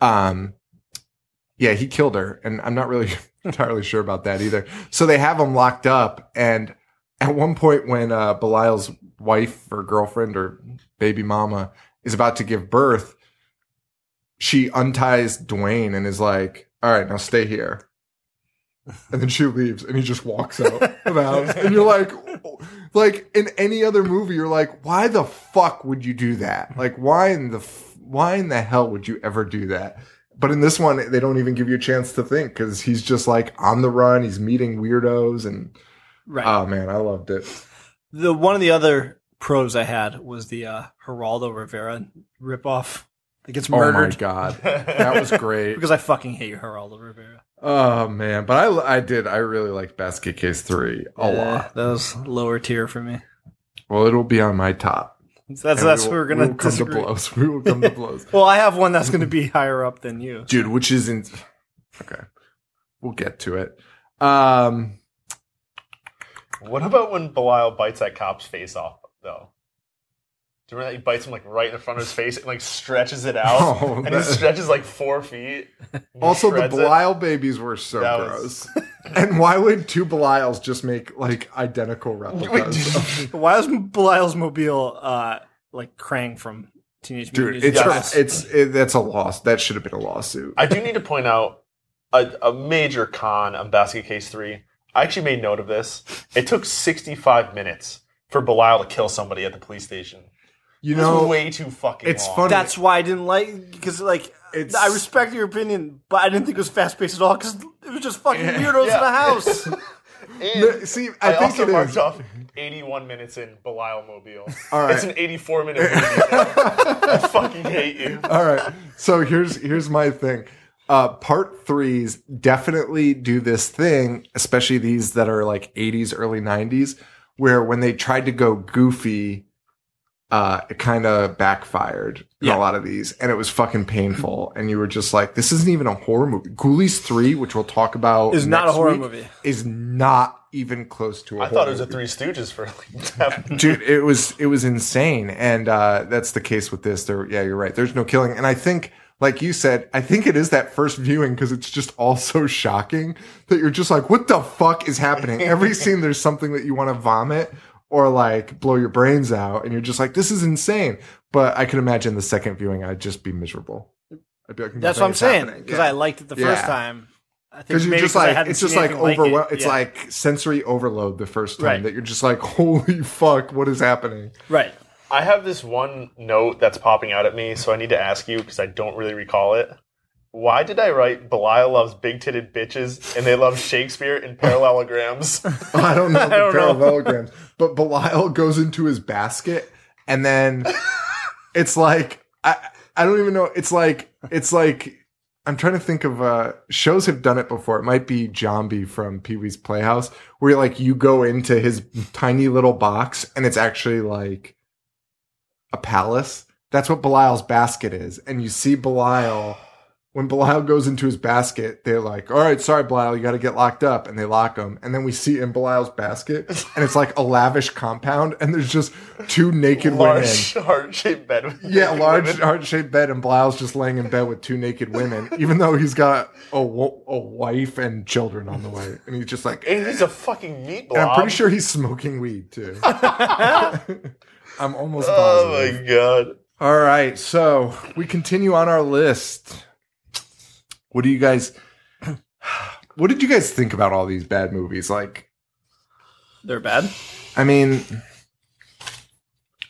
S1: Um. Yeah, he killed her, and I'm not really <laughs> entirely sure about that either. So they have him locked up, and at one point, when uh, Belial's wife or girlfriend or baby mama is about to give birth, she unties Dwayne and is like, "All right, now stay here." And then she leaves, and he just walks out of the house. And you're like,
S3: <laughs>
S1: like in any other movie, you're like, why the fuck would you do that? Like, why in the f- why in the hell would you ever do that? But in this one, they don't even give you a chance to think because he's just like on the run. He's meeting weirdos, and
S3: Right.
S1: oh man, I loved it.
S3: the one of the other pros I had was the uh, Geraldo Rivera ripoff that gets
S1: Oh my
S3: murdered
S1: god, that was great.
S3: <laughs> because I fucking hate Geraldo Rivera
S1: oh man, but I I did I really liked Basket Case Three a
S3: Yeah,
S1: lot.
S3: That was lower tier for me.
S1: Well, it'll be on my top.
S3: So that's
S1: And
S3: that's
S1: we will-
S3: where we're
S1: we
S3: gonna
S1: will come
S3: disagree.
S1: to blows. We will come to
S3: <laughs>
S1: blows,
S3: Well, I have one that's
S1: <laughs>
S3: gonna be higher up than you.
S1: dude. Which isn't okay. We'll get to it. Um,
S4: what about when Belial bites that cop's face off though? Do you remember that he bites him like right in front of his face and like stretches it
S1: <laughs>
S4: out,
S1: Oh,
S4: and
S1: that-
S4: he stretches like four feet. and he
S1: also, the
S4: shreds it?
S1: Belial babies were so
S4: That
S1: gross. <laughs>
S4: was-
S1: and why would two Belials just make like identical
S4: <laughs> <laughs> Wait,
S1: replicas?
S4: dude.
S3: Why is Belial's mobile uh, like Krang from Teenage Mutant
S1: Dude,
S3: Ninja
S1: it's
S4: Yes.
S1: a, it's it, that's a loss. That should have been a lawsuit.
S4: <laughs> I do need to point out a, a major con on Basket Case 3. I actually made note of this. It took 65 minutes for Belial to kill somebody at the police station.
S1: you
S4: It was
S1: know,
S4: way too fucking
S1: it's
S4: long.
S1: funny.
S3: That's why I didn't like because like
S1: It's-
S3: I respect your opinion, but I didn't think it was fast paced at all because it was just fucking weirdos
S4: Yeah.
S3: in
S1: <laughs>
S3: the house.
S4: And
S1: see, I,
S4: I,
S1: think
S4: also
S1: it
S4: marked
S1: is.
S4: off 81 minutes in Belial Mobile.
S1: All right.
S4: It's an 84 minute movie.
S1: <laughs>
S4: I fucking hate you.
S1: All right. So here's here's my thing. Uh, part threes definitely do this thing, especially these that are like 80s, early 90s, where when they tried to go goofy, uh, it kind of backfired in
S3: Yeah.
S1: a lot of these, and it was fucking painful. And you were just like, "This isn't even a horror movie." Ghoulies three, which we'll talk about,
S3: Is not a
S1: next
S3: horror
S1: week,
S3: movie.
S1: Is not even close to. a
S4: I
S1: horror
S4: thought it was a
S1: movie
S4: Three Stooges for like
S1: dude it was it was insane and uh that's the case with this there yeah you're right there's no killing and i think like you said, I think it is that first viewing because it's just all so shocking that you're just like, what the fuck is happening?
S3: <laughs>
S1: Every scene, there's something that you want to vomit or like blow your brains out, and you're just like, this is insane. But I can imagine the second viewing, I'd just be miserable. I'd be like,
S3: That's
S1: nothing
S3: what I'm
S1: is
S3: saying
S1: happening.
S3: because
S1: Yeah.
S3: I liked it the first
S1: Yeah.
S3: time. I think
S1: Because you're
S3: maybe
S1: just
S3: 'cause I
S1: like
S3: hadn't
S1: it's just
S3: seen
S1: like
S3: anything it.
S1: overwhelmed. it's
S3: Yeah.
S1: like sensory overload the first time
S3: Right.
S1: that you're just like, <laughs> holy fuck, what is happening?
S3: right.
S4: I have this one note that's popping out at me, so I need to ask you because I don't really recall it. Why did I write Belial loves big titted bitches and they love Shakespeare
S1: <laughs>
S4: in parallelograms?
S1: I don't know the
S3: don't know.
S1: parallelograms, but Belial goes into his basket, and <laughs> then it's like I I don't even know. It's like it's like I'm trying to think of uh shows have done it before. It might be Jambi from Pee Wee's Playhouse, where like you go into his tiny little box, and it's actually like a palace. That's what Belial's basket is, and you see Belial. When Belial goes into his basket, they're like, "All right, sorry, Belial, you got to get locked up," and they lock him. And then we see in Belial's basket, and it's like a lavish compound, and there's just two naked women
S4: large heart shaped bed. with
S1: yeah,
S4: naked
S1: large
S4: women.
S1: heart shaped bed, and Blile's just laying in bed with two naked women, even though he's got a, wo- a wife and children on the way. And he's just like,
S4: And he's a fucking meat blob.
S1: and I'm pretty sure he's smoking weed
S4: <laughs>
S1: too. <laughs> I'm almost
S4: Oh
S1: positive.
S4: my god.
S1: All right, so we continue on our list. What do you guys? <clears throat> What did you guys think about all these bad movies? Like,
S3: They're bad.
S1: I mean,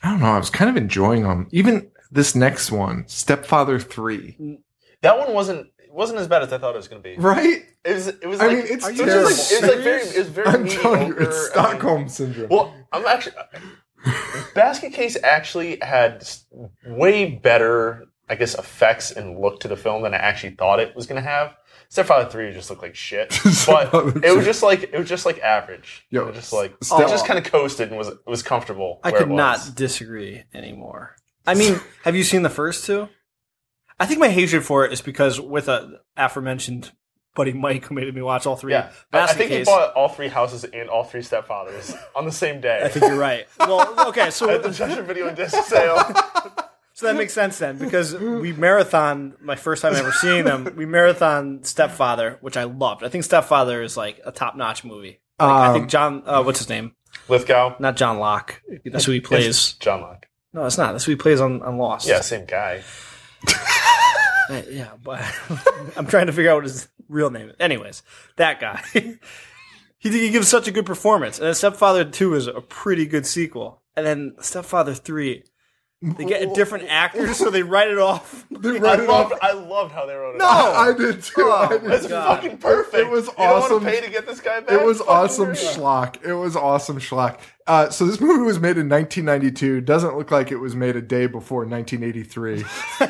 S1: I don't know. I was kind of enjoying them. Even this next one, Stepfather Three,
S4: That one wasn't it wasn't as bad as I thought it was gonna be.
S1: right?
S4: It was it was
S1: I
S4: like,
S1: mean, it's
S4: it was just like, it was like
S1: terrible.
S4: very it was very
S1: I'm telling you,
S4: mediocre.
S1: it's
S4: I mean-
S1: Stockholm syndrome.
S4: Well, I'm actually. Basket Case actually had s- way better, I guess, effects and look to the film than I actually thought it was going to have. Stepfather Three just looked
S1: <laughs>
S4: like shit, but
S1: Stepfather
S4: it was
S1: 3.
S4: just like it was just like average.
S1: Yo,
S4: it was just like
S1: Step-
S4: it just kind of coasted and was was comfortable.
S3: I
S4: where
S3: could
S4: it was.
S3: not disagree anymore. I mean, <laughs> have you seen the first two? I think my hatred for it is because with a aforementioned buddy Mike who made me watch all three.
S4: Yeah, I- I,
S3: Basket
S4: think he
S3: Case, <laughs>
S4: bought all three houses and all three stepfathers on the same day
S3: I think you're right. Well,
S1: <laughs>
S3: okay,
S4: at <laughs> the
S3: so
S4: Treasure Video and Disc sale.
S3: <laughs> so that makes sense then because we marathon my first time ever seeing them. We marathon Stepfather, which I loved. I think Stepfather is like a top notch movie. Like,
S1: Um,
S3: I think John, uh, what's his name?
S4: Lithgow,
S3: Not John Locke. That's who he plays.
S4: John Locke.
S3: No, it's not. That's who he plays on, on Lost.
S4: Yeah, same guy.
S3: Uh, yeah, but <laughs> I'm trying to figure out what his real name is. Anyways, that guy. <laughs> he, he gives such a good performance. And then Stepfather 2 is a pretty good sequel. And then Stepfather 3, they get a different actor, so they write it off.
S1: They
S4: I
S1: wrote it
S4: loved,
S1: off.
S4: I loved how they wrote it.
S1: No, <laughs> I did too. I did
S4: That's
S1: too.
S4: fucking perfect.
S1: It was
S4: You don't wanna
S1: awesome.
S4: pay to get this guy back.
S1: It was
S4: Fucking
S1: awesome
S4: great.
S1: schlock. It was awesome schlock. Uh, so this movie was made in 1992. Doesn't look like it was made a day before 1983. <laughs>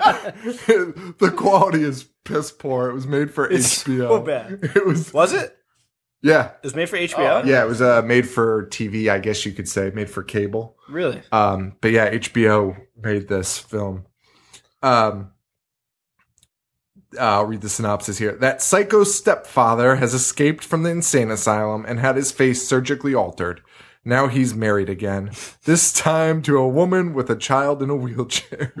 S1: the quality is piss poor. It was made for
S3: It's
S1: HBO.
S3: so bad.
S1: It <laughs> was.
S3: Was it? It
S1: Yeah,
S3: was made for HBO?
S1: yeah. It was uh, made for TV. I guess you could say made for cable.
S3: Really?
S1: Um, but yeah, HBO made this film. Um, uh, I'll read the synopsis here. That psycho stepfather has escaped from the insane asylum and had his face surgically altered. Now he's married again, this time to a woman with a child in a <laughs> wheelchair.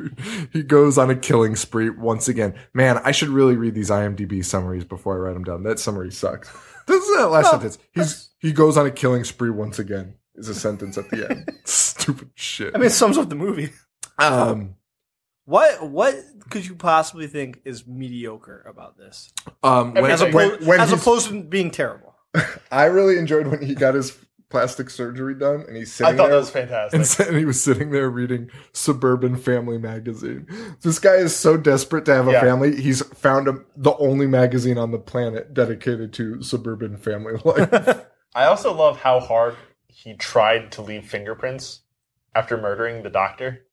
S1: he goes on a killing spree once again. Man, I should really read these IMDb summaries before I write them down. That summary sucks. This is that last sentence. He's, he goes on a killing spree once again, is a sentence at the
S3: <laughs>
S1: end. Stupid shit.
S3: I mean, it sums up the movie.
S1: um,
S3: What what could you possibly think is mediocre about this?
S1: um, when,
S3: As,
S1: when,
S3: opposed,
S1: when
S3: as
S1: he's-
S3: opposed to being terrible.
S1: I really enjoyed when he got his plastic surgery done and he's
S4: I
S1: sitting
S4: thought that
S1: there
S4: was fantastic.
S1: and, said- and he was sitting there reading Suburban Family magazine. This guy is so desperate to have a
S4: Yeah.
S1: family, he's found a, the only magazine on the planet dedicated to suburban family <laughs> life.
S4: I also love how hard he tried to leave fingerprints after murdering the doctor.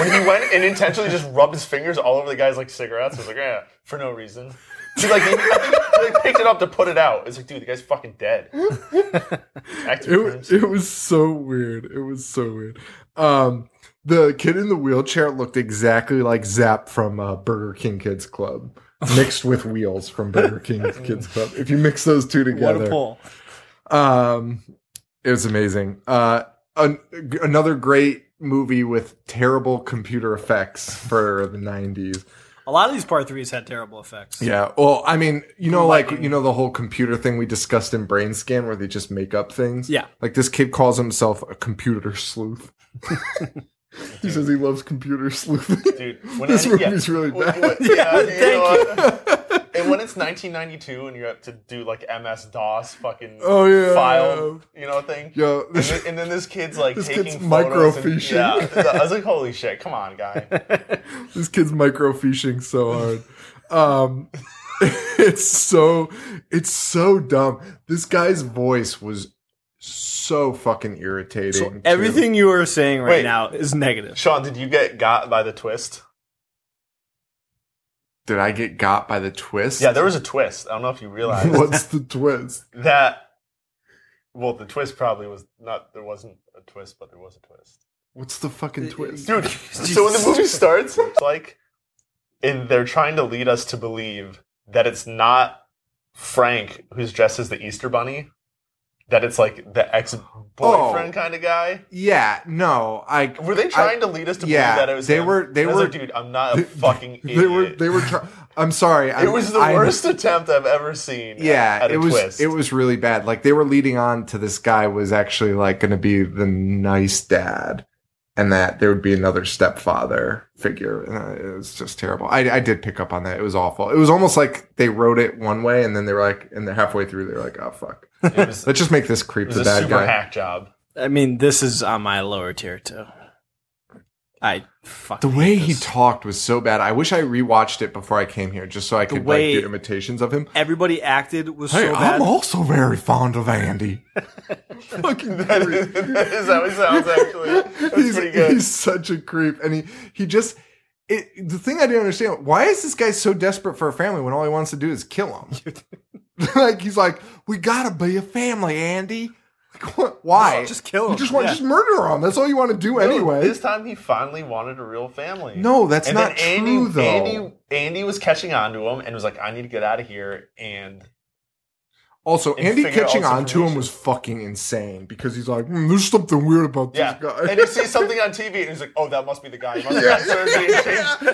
S4: When he went and intentionally just rubbed his fingers all over the guy's like cigarettes, I was like, yeah, for no reason. He like, he, he, like, picked it up to put it out. It's like, dude, the guy's fucking
S1: <laughs>
S4: dead. Active
S1: it, was- it was so weird. It was so weird. Um, the kid in the wheelchair looked exactly like Zap from uh, Burger King Kids Club, mixed with wheels from Burger
S4: <laughs>
S1: King Kids Club. If you mix those two together,
S3: What a pull.
S1: Um, it was amazing. Uh, an, another great movie with terrible computer effects for the 90s.
S3: A lot of these part threes had terrible effects.
S1: Yeah. Well, I mean, you know, like, you know, the whole computer thing we discussed in Brain Scan where they just make up things.
S3: Yeah.
S1: Like this kid calls himself a computer <laughs> sleuth. he says he loves computer sleuthing. <laughs>
S4: Dude, when
S1: this
S4: I- yeah.
S1: movie's really
S4: Well,
S1: bad. <laughs>
S4: well, yeah,
S3: Yeah,
S4: thank you. uh, And when it's 1992 and you have to do like MS DOS fucking
S1: Oh, yeah.
S4: file, you know thing.
S1: Yo,
S4: And then, and then this kid's like
S1: This
S4: taking
S1: kid's
S4: photos and-
S1: microfiching.
S4: Yeah, I was like, holy shit, come
S1: <laughs>
S4: on, guy.
S1: this kid's microfishing so hard. Um, <laughs> it's so it's so dumb. This guy's voice was so fucking irritating. too.
S3: Everything you are saying right
S4: Wait.
S3: now is negative.
S4: Sean, did you get got by the twist?
S1: did I get got by the twist? <laughs>
S4: Yeah, there was a twist. I don't know if you realized
S1: What's the twist?
S4: that. Well, the twist probably was not. There wasn't a twist, but there was a twist.
S1: What's the fucking twist?
S4: dude. <laughs> so when the movie starts, it's like, and they're trying to lead us to believe that it's not Frank who's dressed as the Easter Bunny, that it's like the ex-boyfriend
S1: Oh.
S4: kind of guy.
S1: Yeah, no, I
S4: Were they trying to lead us to
S1: yeah,
S4: believe that it was?
S1: they
S4: him?
S1: were- <laughs> they
S4: And I was
S1: were-
S4: like, dude. I'm not a fucking idiot.
S1: They were they were. Try- I'm sorry.
S4: it was the worst attempt I've ever seen. <laughs>
S1: yeah,
S4: at a
S1: it was
S4: twist.
S1: it was really bad. Like they were leading on to this guy was actually like going to be the nice dad, and that there would be another stepfather figure. And uh, it was just terrible. I, I did pick up on that. It was awful. It was almost like they wrote it one way, and then they were like, and they're halfway through, they're like, oh fuck,
S4: It
S1: <laughs>
S4: was, it
S1: let's just make this creep
S4: was
S1: the
S4: a
S1: bad
S4: super
S1: guy. <laughs>
S4: hack job.
S3: I mean, this is on my lower tier too. I
S1: The
S3: fucking
S1: way
S3: hate
S1: he
S3: this.
S1: talked was so bad. I wish I rewatched it before I came here, just so I could
S3: way-
S1: like do imitations of him.
S3: everybody acted was
S1: Hey,
S3: so bad.
S1: I'm also very fond of <laughs> Andy. Fucking
S4: That is,
S1: <laughs>
S4: that <laughs> is how it sounds. Actually, that's
S1: he's,
S4: pretty good.
S1: he's such a creep, and he he just it. The thing I didn't understand: why is this guy so desperate for a family when all he wants to do is kill
S4: <laughs>
S1: him? like he's like, we gotta be a family, Andy. Like, what, why?
S3: No, just kill
S1: You
S3: him.
S1: just want
S3: Yeah.
S1: just murder him. That's all you want to do
S4: No,
S1: anyway.
S4: This time he finally wanted a real family.
S1: No, that's
S4: and then
S1: not
S4: Andy,
S1: true, though.
S4: Andy, Andy was catching on to him and was like, I need to get out of here. And
S1: Also,
S4: and
S1: Andy
S4: figure out
S1: catching
S4: all this
S1: on to him
S4: information.
S1: was fucking insane because he's like, "Hmm, there's something weird about
S4: yeah.
S1: this guy.
S4: and he sees something on TV and he's like, oh, that must be the guy. He must have had surgery
S3: <laughs>
S4: and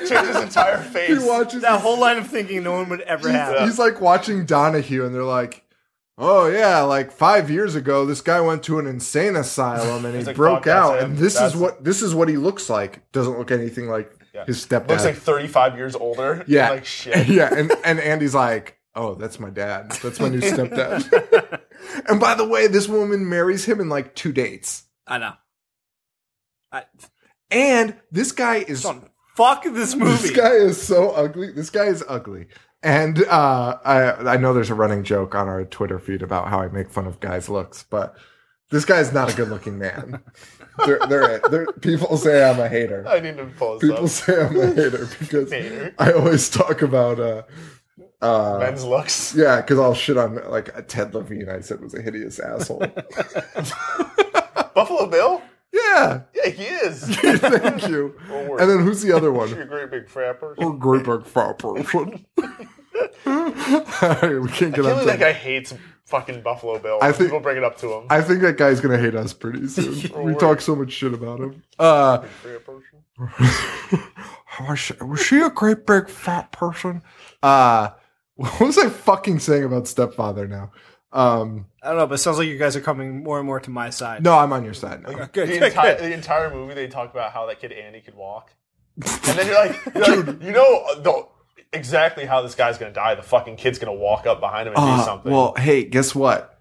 S4: changed, changed his
S1: <laughs>
S4: entire
S1: he
S4: face.
S1: watches
S3: that whole line of thinking no one would ever have.
S1: he's like watching Donahue, and they're like, "Oh yeah, like five years ago, this guy went to an insane asylum
S4: <laughs>
S1: and he
S4: He's like,
S1: broke
S4: "Fuck, that's
S1: out,
S4: him.
S1: and this
S4: That's-
S1: is what this is what he looks like. Doesn't look anything like
S4: Yeah.
S1: his stepdad. <laughs>
S4: Looks like <laughs> 35 years older.
S1: yeah,
S4: Like,
S1: <laughs>
S4: shit.
S1: yeah." And and Andy's like, "Oh, that's my dad. That's
S4: <laughs>
S1: my new stepdad." and by the way, this woman marries him in like two dates,
S3: I know. I,
S1: and this guy is
S3: son, fuck this movie.
S1: This guy is so ugly. This guy is ugly. And uh, I I know there's a running joke on our Twitter feed about how I make fun of guys' looks, but this guy's not a good looking
S4: <laughs>
S1: man. they're, they're, they're, people say I'm a hater.
S4: I need to pull this
S1: People
S4: up.
S1: say I'm
S4: <laughs>
S1: a hater because
S4: Hater.
S1: I always talk about uh, uh,
S4: Men's looks.
S1: yeah, because I'll shit on like Ted Levine. I said was a hideous
S4: <laughs>
S1: asshole. <laughs>
S4: Buffalo Bill?
S1: yeah,
S4: Yeah, he
S1: <laughs>
S4: is.
S1: thank you.
S4: <laughs> Don't worry.
S1: And then who's the other one?
S4: <laughs> You're a great big frapper.
S1: We're a great big fat
S4: <laughs>
S1: person. <laughs> Alright, we can't get
S4: I can't
S1: on
S4: believe that
S1: that.
S4: guy hates fucking Buffalo Bill.
S1: I think-
S4: People bring it up to him.
S1: I think that guy's gonna hate us
S4: <laughs>
S1: pretty soon. we
S4: worry.
S1: talk so much shit about him. Uh,
S4: Frapper.
S1: was, she, was she a great big fat person? Uh, <laughs> what was I fucking saying about stepfather now? Um,
S3: I don't know, but it sounds like you guys are coming more and more to my side.
S1: no, I'm on your side <laughs> now.
S3: Good,
S4: the,
S3: good,
S4: entire,
S3: good.
S4: the entire movie they talk about how that kid Andy could walk, and then you're like, you're like, you know, uh, the, exactly how this guy's gonna die. The fucking kid's gonna walk up behind him and do
S1: Uh,
S4: something.
S1: well, hey, guess what?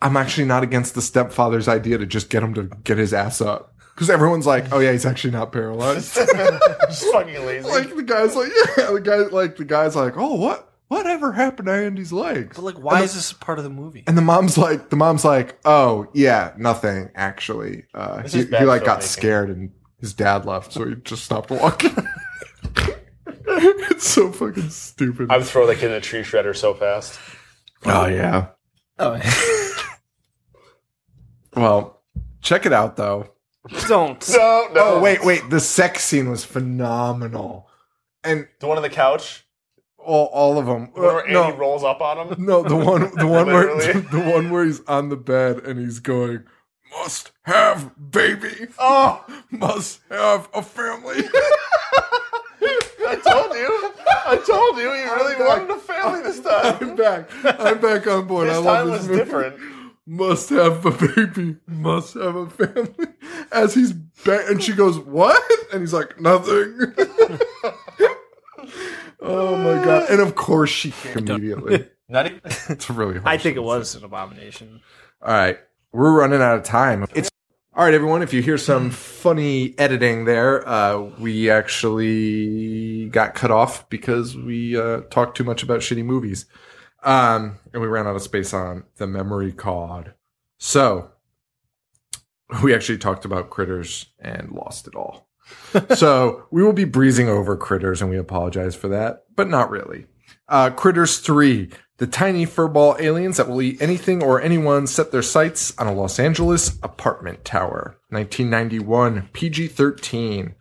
S1: I'm actually not against the stepfather's idea to just get him to get his ass up because everyone's like, "Oh yeah, he's actually not paralyzed."
S4: <laughs> <laughs> just fucking lazy.
S1: like the guy's like, <laughs> yeah, the guy like the guy's like, oh, what, whatever happened to Andy's legs?
S3: But like, why is this part of the movie?
S1: And the mom's like, the mom's like, oh yeah, nothing actually. Uh,
S4: This
S1: he,
S4: is bad
S1: he like got
S4: filmmaking.
S1: scared and his dad left, so he just stopped walking. <laughs> it's so fucking stupid.
S4: I would throw that kid in a tree shredder so fast.
S1: oh yeah.
S3: Oh, <laughs>
S1: Well, check it out though.
S3: don't.
S4: No, no.
S1: Oh wait, wait. The sex scene was phenomenal, and
S4: The one on the couch
S1: all all of them.
S4: the one where
S1: Uh, no,
S4: Andy rolls up on
S1: <laughs>
S4: him.
S1: No, <laughs> the one the one where
S4: <laughs> Literally.
S1: the one where he's on the bed and he's going, must have baby. Oh, <laughs> must have a family. <laughs>
S4: I told you. I told you. You really
S1: back.
S4: wanted a family <laughs> this time.
S1: I'm back. I'm back on board. I
S4: This
S1: love
S4: time
S1: this
S4: was
S1: movie.
S4: different.
S1: Must have a baby. Must have a family. As he's ba- and she goes, "What?" And he's like, "Nothing." <laughs> oh my god! And of course she came immediately.
S4: <laughs> Not even.
S1: It's really hard.
S3: I think it was an abomination.
S1: All right. We're running out of time. It's all right, everyone. If you hear some funny editing there, uh, we actually got cut off because we uh, talked too much about shitty movies. Um, and we ran out of space on the memory card. So we actually talked about critters and lost it
S3: <laughs>
S1: all. so we will be breezing over critters and we apologize for that, but not really. Uh, Critters 3, the tiny furball aliens that will eat anything or anyone set their sights on a Los Angeles apartment tower. 1991, PG 13.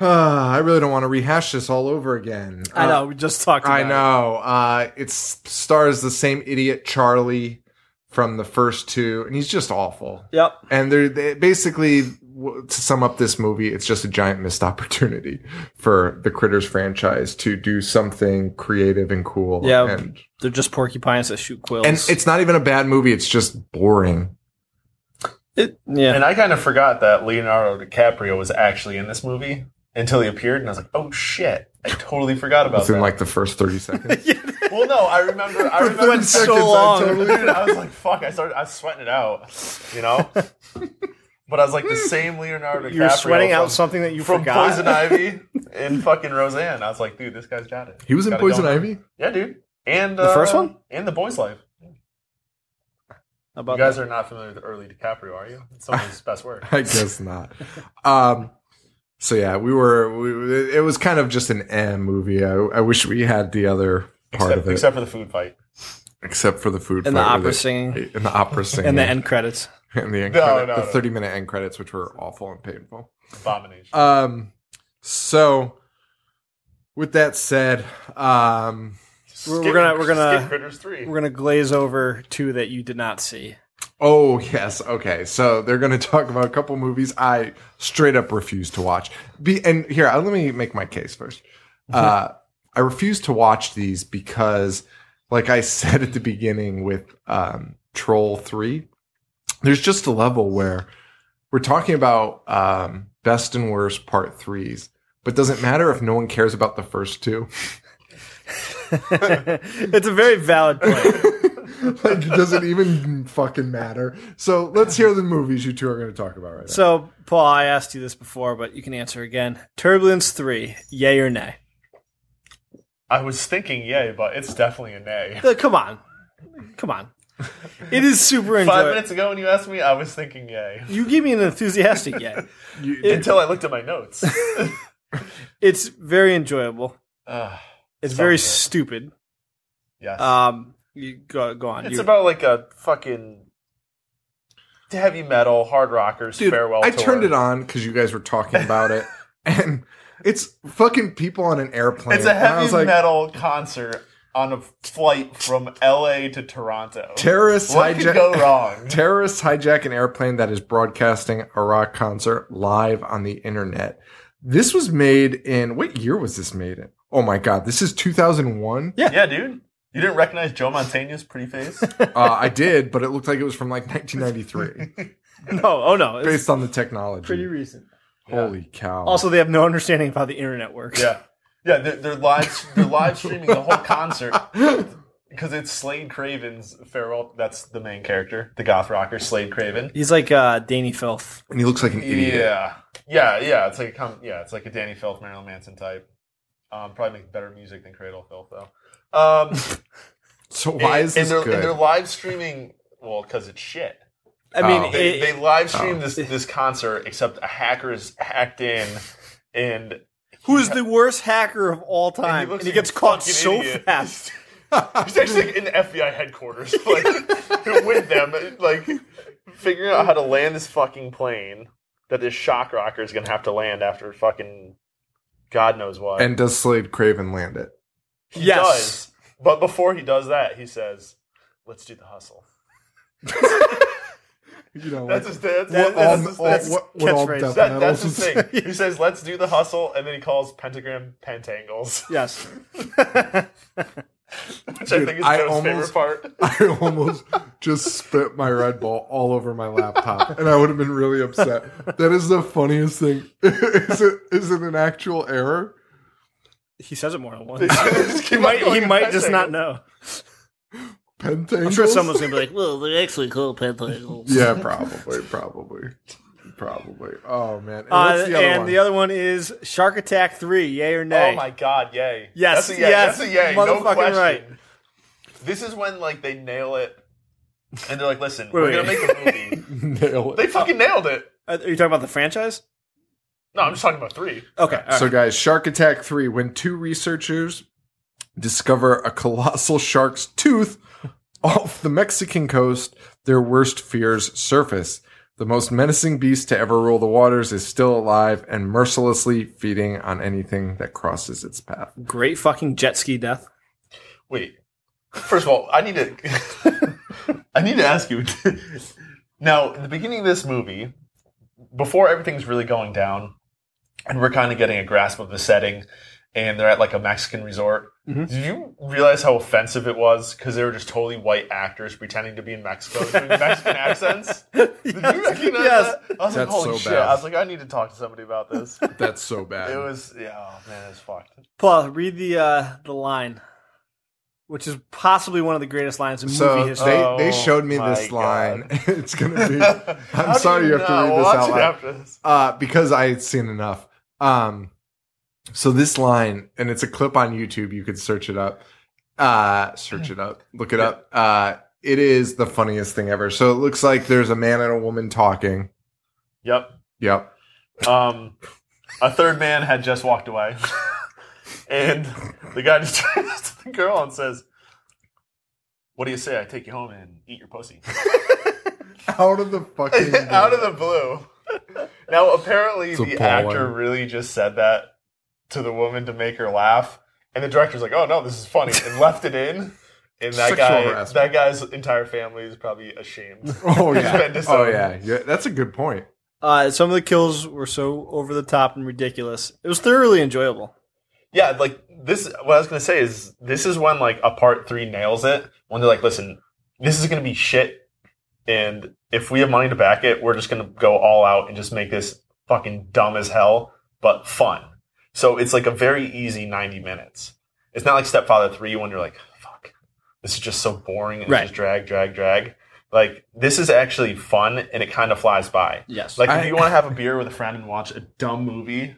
S1: Ah, I really don't want to rehash this all over again.
S3: I
S1: Uh,
S3: know. We just talked. About
S1: I know. Uh, it s- stars the same idiot Charlie from the first two, and he's just awful.
S3: It. Yep.
S1: And they're they, basically, w- to sum up this movie, it's just a giant missed opportunity for the Critters franchise to do something creative and cool.
S3: Yeah.
S1: and
S3: They're just porcupines that shoot quills.
S1: and it's not even a bad movie; it's just boring.
S3: It- yeah.
S4: And I kind of forgot that Leonardo DiCaprio was actually in this movie until he appeared, and I was like, "Oh shit!" I totally forgot about
S1: Within
S4: that.
S1: like the first thirty seconds,
S4: well, no, I remember. I remember.
S1: Thirty
S3: so
S1: seconds, I
S3: long.
S1: totally-
S4: Dude, <laughs> I was like, "Fuck!" I started. I was sweating it out,
S3: <laughs>
S4: you know. But I was like the same Leonardo DiCaprio.
S3: You're sweating
S4: from,
S3: out something that you
S4: from
S3: forgot.
S4: Poison Ivy and fucking Roseanne. I was like, "Dude, this guy's got it."
S1: he was in
S4: Got it
S1: Poison
S4: going.
S1: Ivy.
S4: Yeah, dude. And uh,
S3: The first one?
S4: and The Boy's Life.
S3: <laughs> About
S4: You guys are not familiar with early DiCaprio, are you? It's some of his best work.
S1: I guess not. Um, so yeah, we were. We, it was kind of just an M movie. I, I wish we had the other <laughs> part
S4: Except,
S1: of it, except,
S4: except for the food fight.
S1: for the food
S3: And the
S1: fight with
S3: opera
S1: it.
S3: singing.
S1: and the opera singing,
S3: <laughs> And the end credits.
S1: <laughs> and the, end
S4: No,
S1: credit-
S4: no,
S1: the
S4: no.
S1: thirty minute end credits, which were awful and painful.
S4: Abomination.
S1: Um, so with that said, um,
S3: we're gonna- we're gonna-
S4: skip Critters three.
S3: We're gonna glaze over two that you did not
S4: <laughs>
S3: see.
S1: Oh yes, okay. So they're going to talk about a couple movies I straight up refuse to watch. Be and here, uh, let me make my case first. Uh, I refuse to watch these because, like I <laughs> said at the beginning with um, Troll Three, there's just a level where we're talking about um, best and worst part threes, but doesn't matter if no one cares about the first two. <laughs>
S3: it's a very valid point.
S1: like it doesn't even fucking matter. So let's hear the movies you two are going to talk about right now.
S3: So, Paul, I asked you this before, but you can answer again. Turbulence three, yay or nay?
S4: I was thinking yay, but it's definitely a nay.
S3: Uh, Come on, come on. It is super
S4: Five
S3: enjoyable.
S4: minutes ago when you asked me, I was thinking yay.
S3: You give me an enthusiastic yay.
S1: You-
S4: Until I looked at my
S1: <laughs>
S4: notes.
S3: It's very enjoyable.
S4: Ah,
S3: It's very
S4: Sounds good.
S3: stupid.
S4: yes.
S1: Uh,
S3: Um, you go go on.
S4: it's
S3: You-
S4: about like a fucking heavy metal, hard rockers
S1: Dude,
S4: farewell
S1: I
S4: tour.
S1: turned it on because you guys were talking about
S4: <laughs>
S1: it, and it's fucking people on an airplane.
S4: It's a
S1: and I
S4: heavy
S1: was like,
S4: metal concert on a flight from LA to Toronto.
S1: Terrorists
S4: what could
S1: hijack- <laughs>
S4: go wrong?
S1: Terrorists hijack an airplane that is broadcasting a rock concert live on the internet. This was made in what year was this made in? Oh my god, this is 2001.
S3: Yeah.
S4: yeah, dude. You didn't recognize Joe Montana's pretty face?
S1: <laughs> Uh, I did, but it looked like it was from like
S4: <laughs>
S1: 1993
S3: no, oh no, it's
S1: based on the technology.
S3: pretty recent.
S1: Holy cow.
S3: Also, they have no understanding of how the internet works.
S4: yeah. Yeah, they're, they're live they're live streaming the whole
S1: <laughs>
S4: concert because it's Slade Craven's farewell. That's the main character, the goth rocker Slade Craven.
S3: He's like uh, Danny Filth.
S1: and he looks like an idiot.
S4: Yeah, yeah, yeah. It's like a com- yeah, it's like a Danny Filth, Marilyn Manson type. Um, probably make better music than Cradle Filth though. Um,
S1: So <laughs> why
S4: and-
S1: is this
S4: and they're,
S1: good?
S4: And they're live streaming. Well, because it's shit.
S3: I mean,
S1: Oh.
S4: They,
S3: it-
S4: they live streamed this this concert, except a hacker is hacked in,
S1: <laughs>
S4: and
S3: who is the worst hacker of all
S4: he
S3: time? And he,
S4: looks like a
S3: gets caught
S4: fucking
S3: so
S4: idiot.
S3: fast.
S4: he's actually like, in the FBI headquarters, <laughs> like with them, like figuring out how to land this fucking plane that this shock rocker is gonna have to land after fucking God knows what.
S1: and does Slade Craven land it?
S4: He
S3: Yes.
S4: does. But before he does that, he says, "Let's do the hustle."
S1: you know,
S4: That's
S1: like,
S4: his that's,
S1: what all,
S4: that's, his-
S1: all-
S4: that's,
S1: what, what all
S3: catchphrase.
S1: death
S4: that-
S1: metals-
S4: that's his <laughs> thing. He says, "Let's do the hustle," and then he calls pentagram pentangles,
S3: Yes.
S4: <laughs> which I think is
S1: I
S4: Joe's favorite
S1: almost-
S4: part.
S1: <laughs> I almost just spit my Red Bull all over my laptop, and I would have been really upset. That is the funniest thing. <laughs> is it is it an actual error?
S3: <laughs> He says it more than once.
S4: <laughs> Just
S3: he
S4: keep
S3: might, he
S4: going,
S3: might just
S4: pentangles.
S3: not know.
S1: Pentangles?
S3: I'm
S1: <laughs>
S3: sure someone's going to be like,
S5: Well, they're actually called pentacles.
S1: Yeah, probably, probably, probably. Oh man, and
S3: uh,
S1: what's the other
S3: and
S1: one?
S3: the other one is Shark Attack 3, yay or nay?
S4: Oh my god, yay.
S3: Yes,
S4: that's a yay.
S3: yes,
S4: that's a yay. No
S3: motherfucking
S4: question.
S3: right.
S4: This is when like they nail it and they're like, listen,
S3: Wait,
S4: we're gonna
S3: wait.
S4: make a
S3: <laughs>
S4: movie.
S1: <laughs> Nail it.
S4: they fucking nailed it.
S3: Uh, Are you talking about the franchise?
S4: No, I'm just talking about three.
S3: Okay. all
S1: So,
S3: right.
S1: guys, Shark Attack 3 when two researchers discover a colossal shark's tooth <laughs> off the Mexican coast, their worst fears surface. The most menacing beast to ever rule the waters is still alive and mercilessly feeding on anything that crosses its path.
S3: Great fucking jet ski death.
S4: Wait. First of all, I need to <laughs> I need to ask you now, at the beginning of this movie, before everything's really going down, and we're kind of getting a grasp of the setting, and they're at like a Mexican resort.
S3: Mm-hmm.
S4: Did you realize how offensive it was? Because they were just totally white actors pretending to be in Mexico
S3: <laughs>
S4: doing Mexican accents. Did you recognize
S3: yes.
S4: that? I was
S1: That's
S4: like, holy
S1: so
S4: shit.
S1: bad.
S4: I was like, I need to talk to somebody
S3: <laughs>
S4: about this. it
S1: That's so bad.
S4: was, yeah, oh, man,
S1: <laughs>
S4: it's fucked.
S3: Paul, read the uh, the line, which is possibly one of the greatest lines in
S1: so
S3: movie history.
S1: they, they showed me
S4: Oh, my
S1: this
S4: God.
S1: line. <laughs> it's going to be.
S4: <laughs> How do
S1: sorry you have to
S4: not
S1: read this
S4: watch
S1: out
S4: it
S1: loud.
S4: after this?
S1: uh, because I had seen enough. Um, so this line, and it's a clip on YouTube. You could search it up. Uh, search it up. Look it up. Uh, it is the funniest thing ever. So it looks like there's a man and a woman talking.
S4: Yep.
S1: Yep.
S4: Um, a third man had just walked away, and the guy just <laughs> turns to the girl and says, "What do you say? I take you home and eat your pussy."
S1: <laughs> Out of the fucking <laughs> blue.
S4: <laughs> Out of the blue. Now, apparently,
S1: It's
S4: the
S1: appalling.
S4: actor really just said that to the woman to make her laugh, and the director's like, "Oh no, this is funny," and left it in. And that
S1: Sexual
S4: guy,
S1: harassment.
S4: that guy's entire family is probably ashamed.
S1: Oh
S4: been
S1: yeah. Oh
S4: disowned.
S1: yeah. Yeah. That's a good point.
S3: uh, some of the kills were so over the top and ridiculous. It was thoroughly enjoyable.
S4: Yeah, like this. What I was gonna say is this is when like a part three nails it. When they're like, listen, this is gonna be shit, and if we have money to back it, we're just gonna go all out and just make this fucking dumb as hell, but fun. So it's like a very easy ninety minutes. It's not like Stepfather three when you're like, fuck, this is just so boring and
S3: Right.
S4: it's just drag, drag, drag. Like this is actually fun and it kind of flies by.
S3: Yes.
S4: Like
S1: I-
S4: if you want to have a beer with a friend and watch a dumb movie,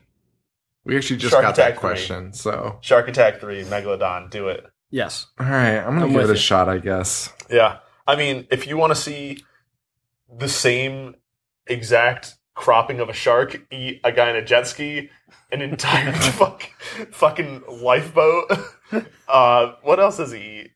S1: We actually just
S4: Shark
S1: got that
S4: Attack three.
S1: question. So
S4: Shark Attack three, Megalodon, do it.
S3: yes.
S1: all right, I'm gonna
S3: I'm
S1: give
S3: with
S1: it a
S3: you.
S1: shot. I guess.
S4: Yeah. I mean, if you want to see the same exact cropping of a shark eat a guy in a jet ski, an
S3: <laughs>
S4: entire fuck, fucking lifeboat, <laughs> uh, what else does he eat?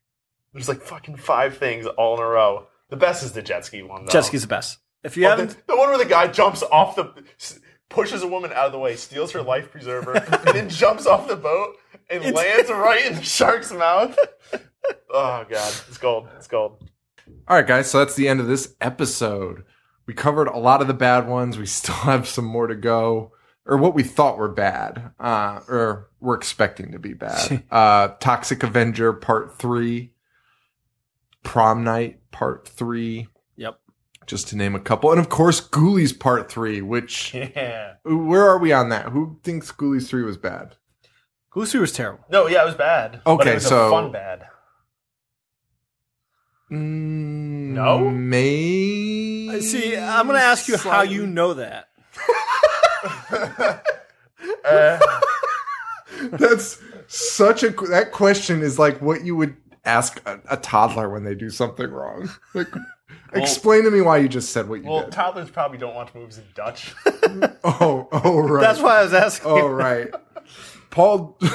S4: There's like fucking five things all in a row. The best is the jet ski one, though.
S3: Jet ski's the best. If you
S4: Oh,
S3: haven't,
S4: the, the one where the guy jumps off the. s- Pushes a woman out of the way, steals her life
S3: <laughs>
S4: preserver, and then jumps off the boat and lands right in the shark's
S3: <laughs>
S4: mouth. Oh god, it's gold! It's gold.
S1: All right, guys. So that's the end of this episode. We covered a lot of the bad ones. We <laughs> still have some more to go, or what we thought were bad, uh, or we're expecting to be
S3: <laughs>
S1: bad. uh, Toxic Avenger Part Three, Prom Night Part Three,
S3: yep.
S1: just to name a couple, and of course Ghoulies Part Three. Which
S4: Yeah.
S1: where are we on that? Who thinks Ghoulies Three was bad?
S3: Goosey was terrible.
S4: No, yeah, it was bad. but
S1: Okay,
S4: it was
S1: so-
S4: a fun bad.
S1: Mm,
S4: No?
S1: May.
S3: Uh, See, I'm going to ask you how you know that.
S1: <laughs>
S4: Uh,
S1: That's such a that question is like what you would ask a, a toddler when they do something wrong. Like, explain to me why you just said what you
S4: well,
S1: did. <laughs>
S4: toddlers probably don't watch movies in Dutch. <laughs>
S1: oh, oh, right.
S3: That's why I was asking.
S1: Oh, right. Paul. <laughs>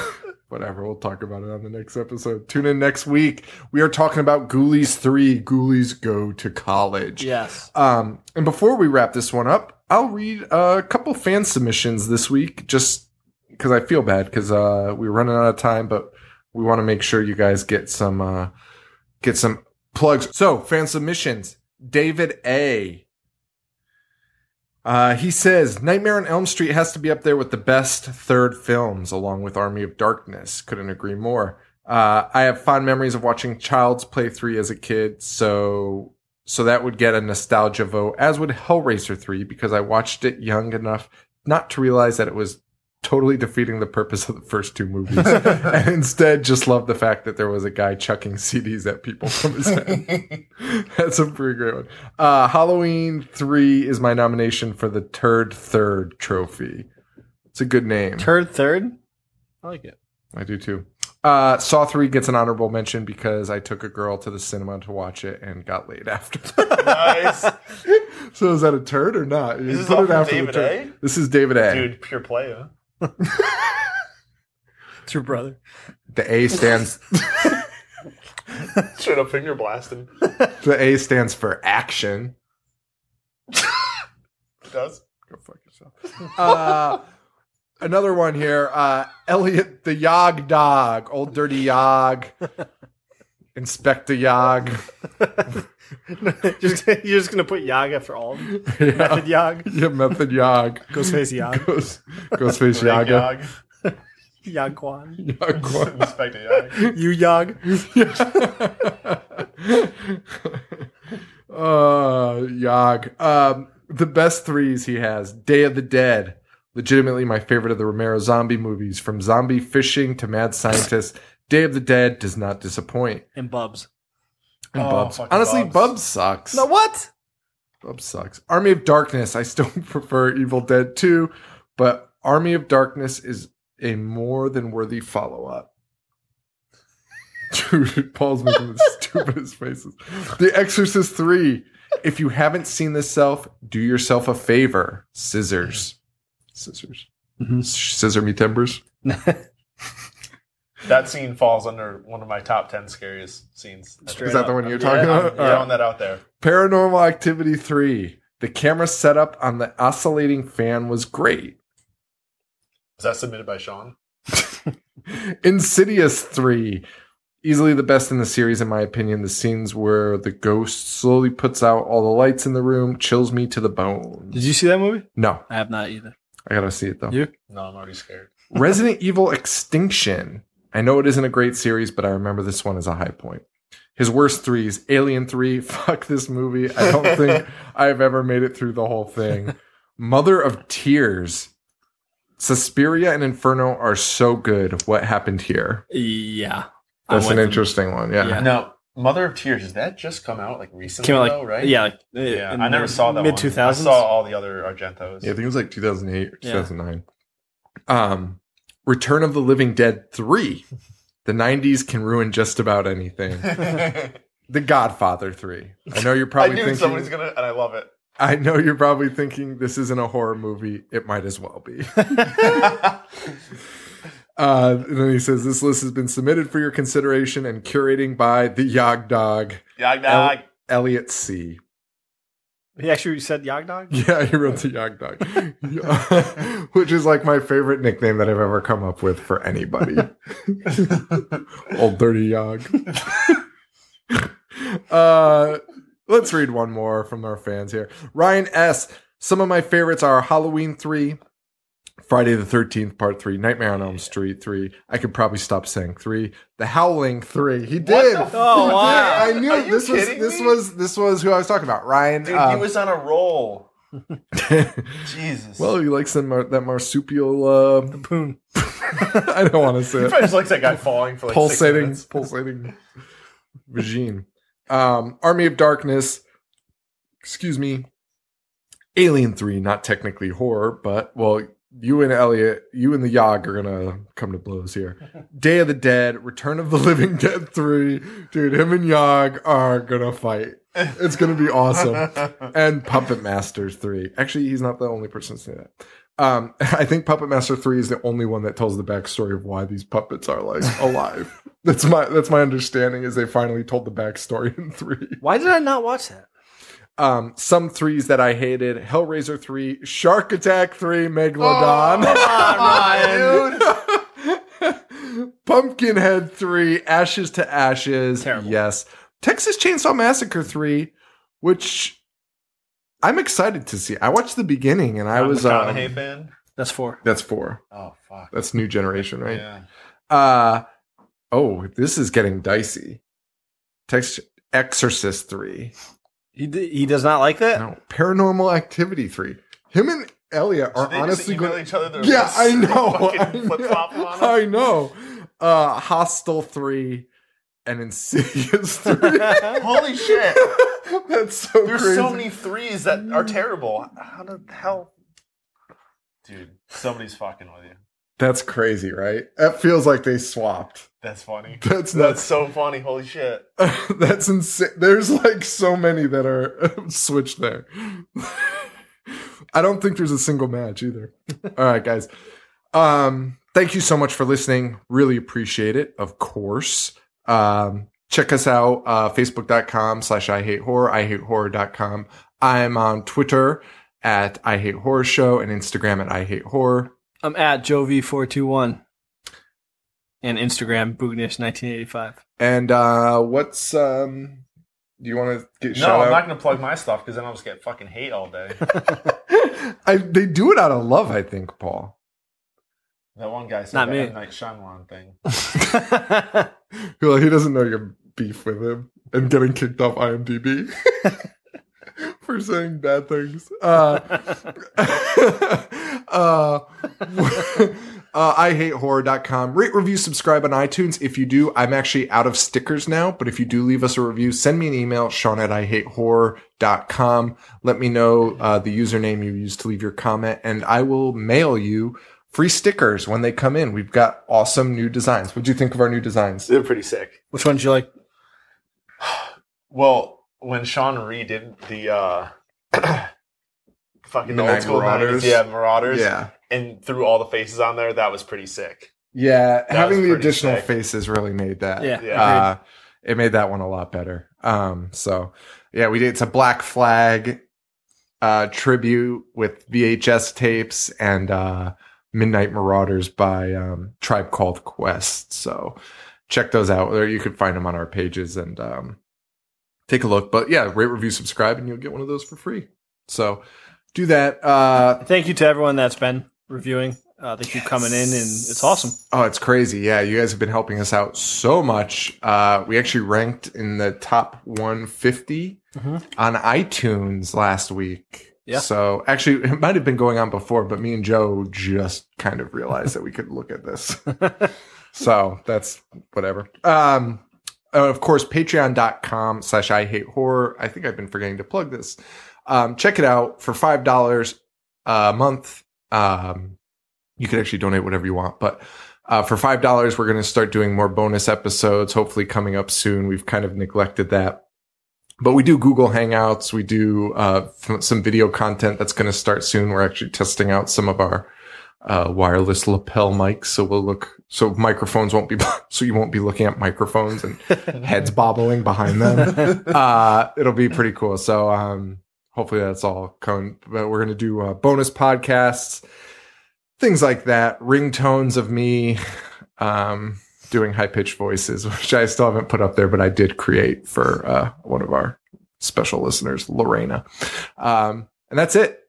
S1: Whatever, we'll talk about it on the next episode. Tune in next week. We are talking about Ghoulies 3 Ghoulies Go to College.
S3: Yes.
S1: Um, and before we wrap this one up, I'll read a couple fan submissions this week just because I feel bad because uh, we're running out of time, but we want to make sure you guys get some uh, get some plugs. So fan submissions: David A, Uh, he says Nightmare on Elm Street has to be up there with the best third films, along with Army of Darkness. Couldn't agree more. Uh, I have fond memories of watching Child's Play three as a kid, so so that would get a nostalgia vote, as would Hellraiser three because I watched it young enough not to realize that it was totally defeating the purpose of the first two movies, and instead just loved the fact that there was a guy chucking CDs at people from his head. That's a pretty great one. Uh, Halloween three is my nomination for the Turd Third Trophy. It's a good name.
S3: Turd third. I like it.
S1: I do too. Uh, Saw three gets an honorable mention because I took a girl to the cinema to watch it and got laid after. <laughs>
S4: Nice.
S1: so is that a turd or not? You
S4: This is
S1: put
S4: all
S1: it
S4: from
S1: after the
S4: David
S1: turd.
S4: A?
S1: This is David A.
S4: Dude, pure play, huh?
S3: It's your <laughs> brother.
S1: The A
S4: <laughs>
S1: stands.
S4: Straight up finger blasting.
S1: the A stands for action.
S4: It does.
S1: Go fuck yourself. Uh, another one here. Uh, Elliot the Yog Dog, Old Dirty Yog, Inspector Yog.
S3: just, you're just gonna put Yag after all of <laughs> them.
S1: yeah.
S3: Yag.
S1: <laughs> yeah, Method Yog.
S3: Ghostface Yag.
S1: Ghost, Ghostface
S4: Big
S1: Yaga.
S4: Yog.
S3: <laughs> Yag Kwan.
S4: <laughs>
S1: Yog.
S4: Inspector
S1: <laughs>
S4: Yog.
S3: You Yag.
S1: <laughs> uh, Yog. Um, the best threes he has Day of the Dead, legitimately my favorite of the Romero zombie movies, from zombie fishing to mad scientist. Day of the Dead does not disappoint.
S3: And Bubs.
S1: And
S4: Oh,
S1: Bubs.
S4: fucking
S1: Honestly, Bubs,
S4: Bubs.
S1: sucks.
S3: No, what?
S1: Bubs sucks. Army of Darkness, I still <laughs> prefer Evil Dead 2, but Army of Darkness is a more than worthy follow up. Dude, <laughs> Paul's making the stupidest faces. The Exorcist 3. If you haven't seen this self, do yourself a favor. Scissors. Scissors. Scissor me timbers.
S4: That scene falls under one of my top 10 scariest scenes.
S3: Straight
S1: Is that
S3: up.
S1: the one you're
S4: I'm
S1: talking
S4: throwing-
S1: about? Uh,
S4: I'm throwing that out there.
S1: Paranormal Activity 3. The camera setup on the oscillating fan was great.
S4: Was that submitted by Sean?
S1: Insidious 3. Easily the best in the series, in my opinion. The scenes where the ghost slowly puts out all the lights in the room chills me to the bone.
S3: Did you see that movie?
S1: No,
S3: I have not either.
S1: I gotta see it though.
S3: You?
S4: No, I'm already scared.
S1: <laughs> Resident Evil Extinction. I know it isn't a great series, but I remember this one as a high point. His worst threes Alien 3. <laughs> Fuck this movie. I don't think
S3: <laughs>
S1: I've ever made it through the whole thing. Mother of Tears. Suspiria and Inferno are so good. What happened here?
S3: Yeah. I
S1: That's an
S3: went to-
S1: interesting one. Yeah.
S3: Yeah.
S4: Now, Mother of Tears, did that just come out like recently,
S3: Came out like
S4: though, right?
S3: yeah, like, uh,
S4: Yeah,
S3: in
S4: I never
S3: the
S4: saw that
S3: mid
S4: one.
S3: two thousands.
S4: I saw all the other Argentos.
S1: Yeah, I think it was like 2008 or
S3: Yeah.
S1: 2009. Um, Return of the Living Dead 3. The 90s can ruin just about
S4: <laughs>
S1: anything. The Godfather 3. I know you're
S4: I
S1: probably
S4: knew
S1: thinking
S4: somebody's gonna, and I
S1: <laughs>
S4: love it. <laughs>
S1: I know you're probably thinking this isn't a horror movie. It might as well
S4: <laughs>
S1: be. uh, and then he says this list has been submitted for your consideration and curating by the Yog Dog
S4: Yog dog.
S1: Elliot C.
S3: He actually said Yag Dog.
S1: Yeah, he wrote the Yog Dog, which is like my favorite nickname that I've ever come up with for anybody. <laughs> Old dirty Yog. <laughs> uh, let's read one more from our fans here. Ryan S. Some of my favorites are Halloween 3, Friday the 13th, Part 3, Nightmare on Elm Street 3. I could probably stop saying 3. The Howling 3. He did.
S4: the
S3: Oh,
S1: He did.
S3: wow.
S1: I knew
S4: Are you
S1: this was
S4: kidding
S1: this
S4: me?
S1: was this was who I was talking about. Ryan
S4: Dude,
S1: um,
S4: he was on a roll.
S1: <laughs>
S4: Jesus.
S1: Well, he likes them, that marsupial. Uh,
S3: Poon.
S1: <laughs> I don't want to say
S4: he <laughs>
S1: it.
S4: probably just likes that guy falling for like
S1: pulsating,
S4: Six minutes.
S1: pulsating regime. Um, Army of Darkness. Excuse me. Alien Three, not technically horror, but well, you and Elliot, you and the Yog are gonna come to blows
S4: <laughs>
S1: here. Day of the Dead, Return of the Living Dead Three, dude. Him and Yog are gonna fight. It's gonna be
S4: <laughs>
S1: awesome. and Puppet Master 3. Actually, he's not the only person to say that. Um, <laughs> I think Puppet Master 3 is the only one that tells the backstory of why these puppets are like alive. that's my that's my understanding is they finally told the backstory in 3.
S3: Why did I not watch that?
S1: Um, some 3s that I hated, Hellraiser 3, Shark Attack 3, Megalodon. <laughs> Pumpkinhead 3, Ashes to Ashes.
S3: Terrible.
S1: Yes. Texas Chainsaw Massacre 3, which I'm excited to see. I watched the beginning and I was.
S4: McConaughey
S1: Um,
S4: fan.
S3: That's four.
S1: that's four.
S4: Oh fuck.
S1: That's new generation, right?
S4: Yeah.
S1: Uh oh, this is getting dicey. Text Exorcist three.
S3: He d- he does not like that.
S1: No, Paranormal Activity three. Him and Elia
S4: So
S1: are
S4: they just
S1: honestly
S4: email
S1: going.
S4: each other. their
S1: Yeah,
S4: lists <laughs>
S1: I
S4: and
S1: know. I
S4: fucking
S1: know.
S4: flip-flop on 'em?
S1: <laughs> I know. Uh, Hostile three and
S4: <laughs>
S1: Insidious three. <laughs>
S4: Holy shit!
S1: That's so
S4: There's
S1: crazy.
S4: so many threes that are terrible. How the hell? Dude, somebody's fucking with you.
S1: That's crazy, right? That feels like they swapped. <laughs>
S4: That's funny.
S1: That's
S4: That's
S1: nuts.
S4: so funny. Holy shit.
S1: <laughs> That's insane. There's like so many that are <laughs> switched there. I don't think there's a single match
S4: <laughs>
S1: either. All right, guys. Um, thank you so much for listening. Really appreciate it, of course. Um, check us out, uh, facebook.com slash I hate horror, I hate horror.com. I'm on Twitter at I hate horror show and Instagram at I hate horror.
S3: I'm at Jovi421 and Instagram <laughs> Boognish1985.
S1: And uh what's um do you want to get
S4: no,
S1: shout
S4: I'm
S1: out?
S4: not going to plug my stuff because then I'll just get fucking hate all day.
S1: <laughs> I, they do it out of love, I think, Paul.
S4: that one guy said
S3: Not
S4: that
S3: me.
S4: M. Night Shyamalan <laughs> thing.
S1: <laughs> Well, he doesn't know your beef with him and getting kicked off IMDb for saying bad things. Uh, <laughs> uh, <laughs> uh, I hate horror.com. Rate, review, subscribe on iTunes. If you do, I'm actually out of stickers now, but if you do leave us a review, send me an email, Sean at I hate horror.com. Let me know uh, the username you used to leave your comment, and I will mail you free stickers when they come in. We've got awesome new designs. What do you think of our new designs?
S4: They're pretty sick.
S3: Which one did you like?
S4: Well, when Sean redid the uh, <coughs> fucking the
S1: Midnight
S4: old school
S1: Marauders.
S4: 90s, yeah, Marauders,
S1: Yeah.
S4: and threw all the faces on there, that was pretty sick.
S1: Yeah,
S4: That
S1: having
S4: was
S1: the
S4: pretty
S1: additional
S4: sick.
S1: faces really made that.
S3: Yeah.
S4: Yeah.
S1: Uh, it made that one a lot better. Um, so yeah, we did it's a black flag uh tribute with VHS tapes and uh Midnight Marauders by um Tribe Called Quest. So check those out. There you can find them on our pages and um take a look. But yeah, rate, review, subscribe, and you'll get one of those for free. So do that. Uh
S3: Thank you to everyone that's been reviewing. Uh, they keep coming in, and it's awesome.
S1: Oh, it's crazy. Yeah, you guys have been helping us out so much. Uh, we actually ranked in the top 150
S3: Mhm.
S1: on iTunes last week.
S3: Yeah.
S1: So actually, it might have been going on before, but me and Joe just kind of realized that we could look at
S3: <laughs>
S1: this. so that's whatever. Um, uh, of course, patreon.com slash I hate horror. I think I've been forgetting to plug this. Um, check it out for $5 a month. Um, you can actually donate whatever you want, but uh, for five dollars, we're going to start doing more bonus episodes. Hopefully, coming up soon. We've kind of neglected that, but we do Google Hangouts. We do uh, f- some video content that's going to start soon. We're actually testing out some of our uh, wireless lapel mics, so we'll look so microphones won't be <laughs> so you won't be looking at microphones and heads bobbling behind them. uh, it'll be pretty cool. So um, hopefully, that's all coming. But we're going to do uh, bonus podcasts things like that ringtones of me um doing high-pitched voices which i still haven't put up there but i did create for uh one of our special listeners lorena um and that's it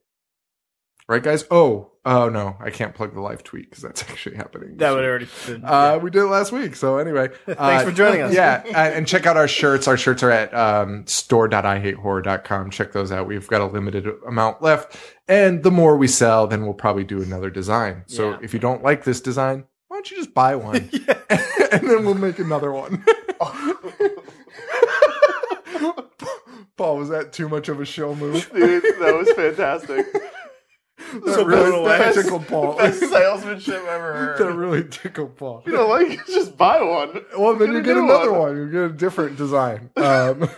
S1: right guys oh oh no i can't plug the live tweet because that's <laughs> actually happening this
S3: That would
S1: week.
S3: already. Been,
S1: Uh, we did it last week. So anyway,
S3: <laughs>
S1: uh,
S3: Thanks for joining us.
S1: Yeah, and and check out our shirts. Our shirts are at um, store.ihatehorror.com. Check those out. We've got a limited amount left, and the more we sell, then we'll probably do another design. So
S3: Yeah.
S1: if you don't like this design, why don't you just buy
S3: <laughs>
S1: one, <laughs> and then we'll make another one. <laughs> Paul, was that too much of a show
S3: <laughs>
S1: move?
S4: Dude, that was fantastic.
S1: That really, that tickled Paul.
S4: <laughs> Best
S1: that
S4: salesmanship I've ever heard.
S1: really tickled Paul.
S4: you know, like, just buy one.
S1: Well, then
S4: Get
S1: you
S4: a
S1: get
S4: new
S1: another
S4: one.
S1: one. You get a different design. Um,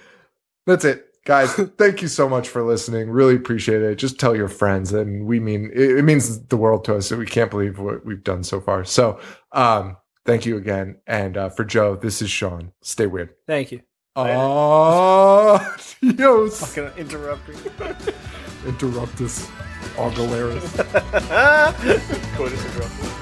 S1: <laughs> that's it, guys. Thank you so much for listening. Really appreciate it. Just tell your friends, and we mean it, it means the world to us. And we can't believe what we've done so far. So, um, thank you again. And uh, for Joe, this is Sean. Stay weird.
S3: Thank you.
S1: Adios.
S3: Gonna interrupt me.
S1: Interrupt us, Aguilera.
S4: Go to Cinderella.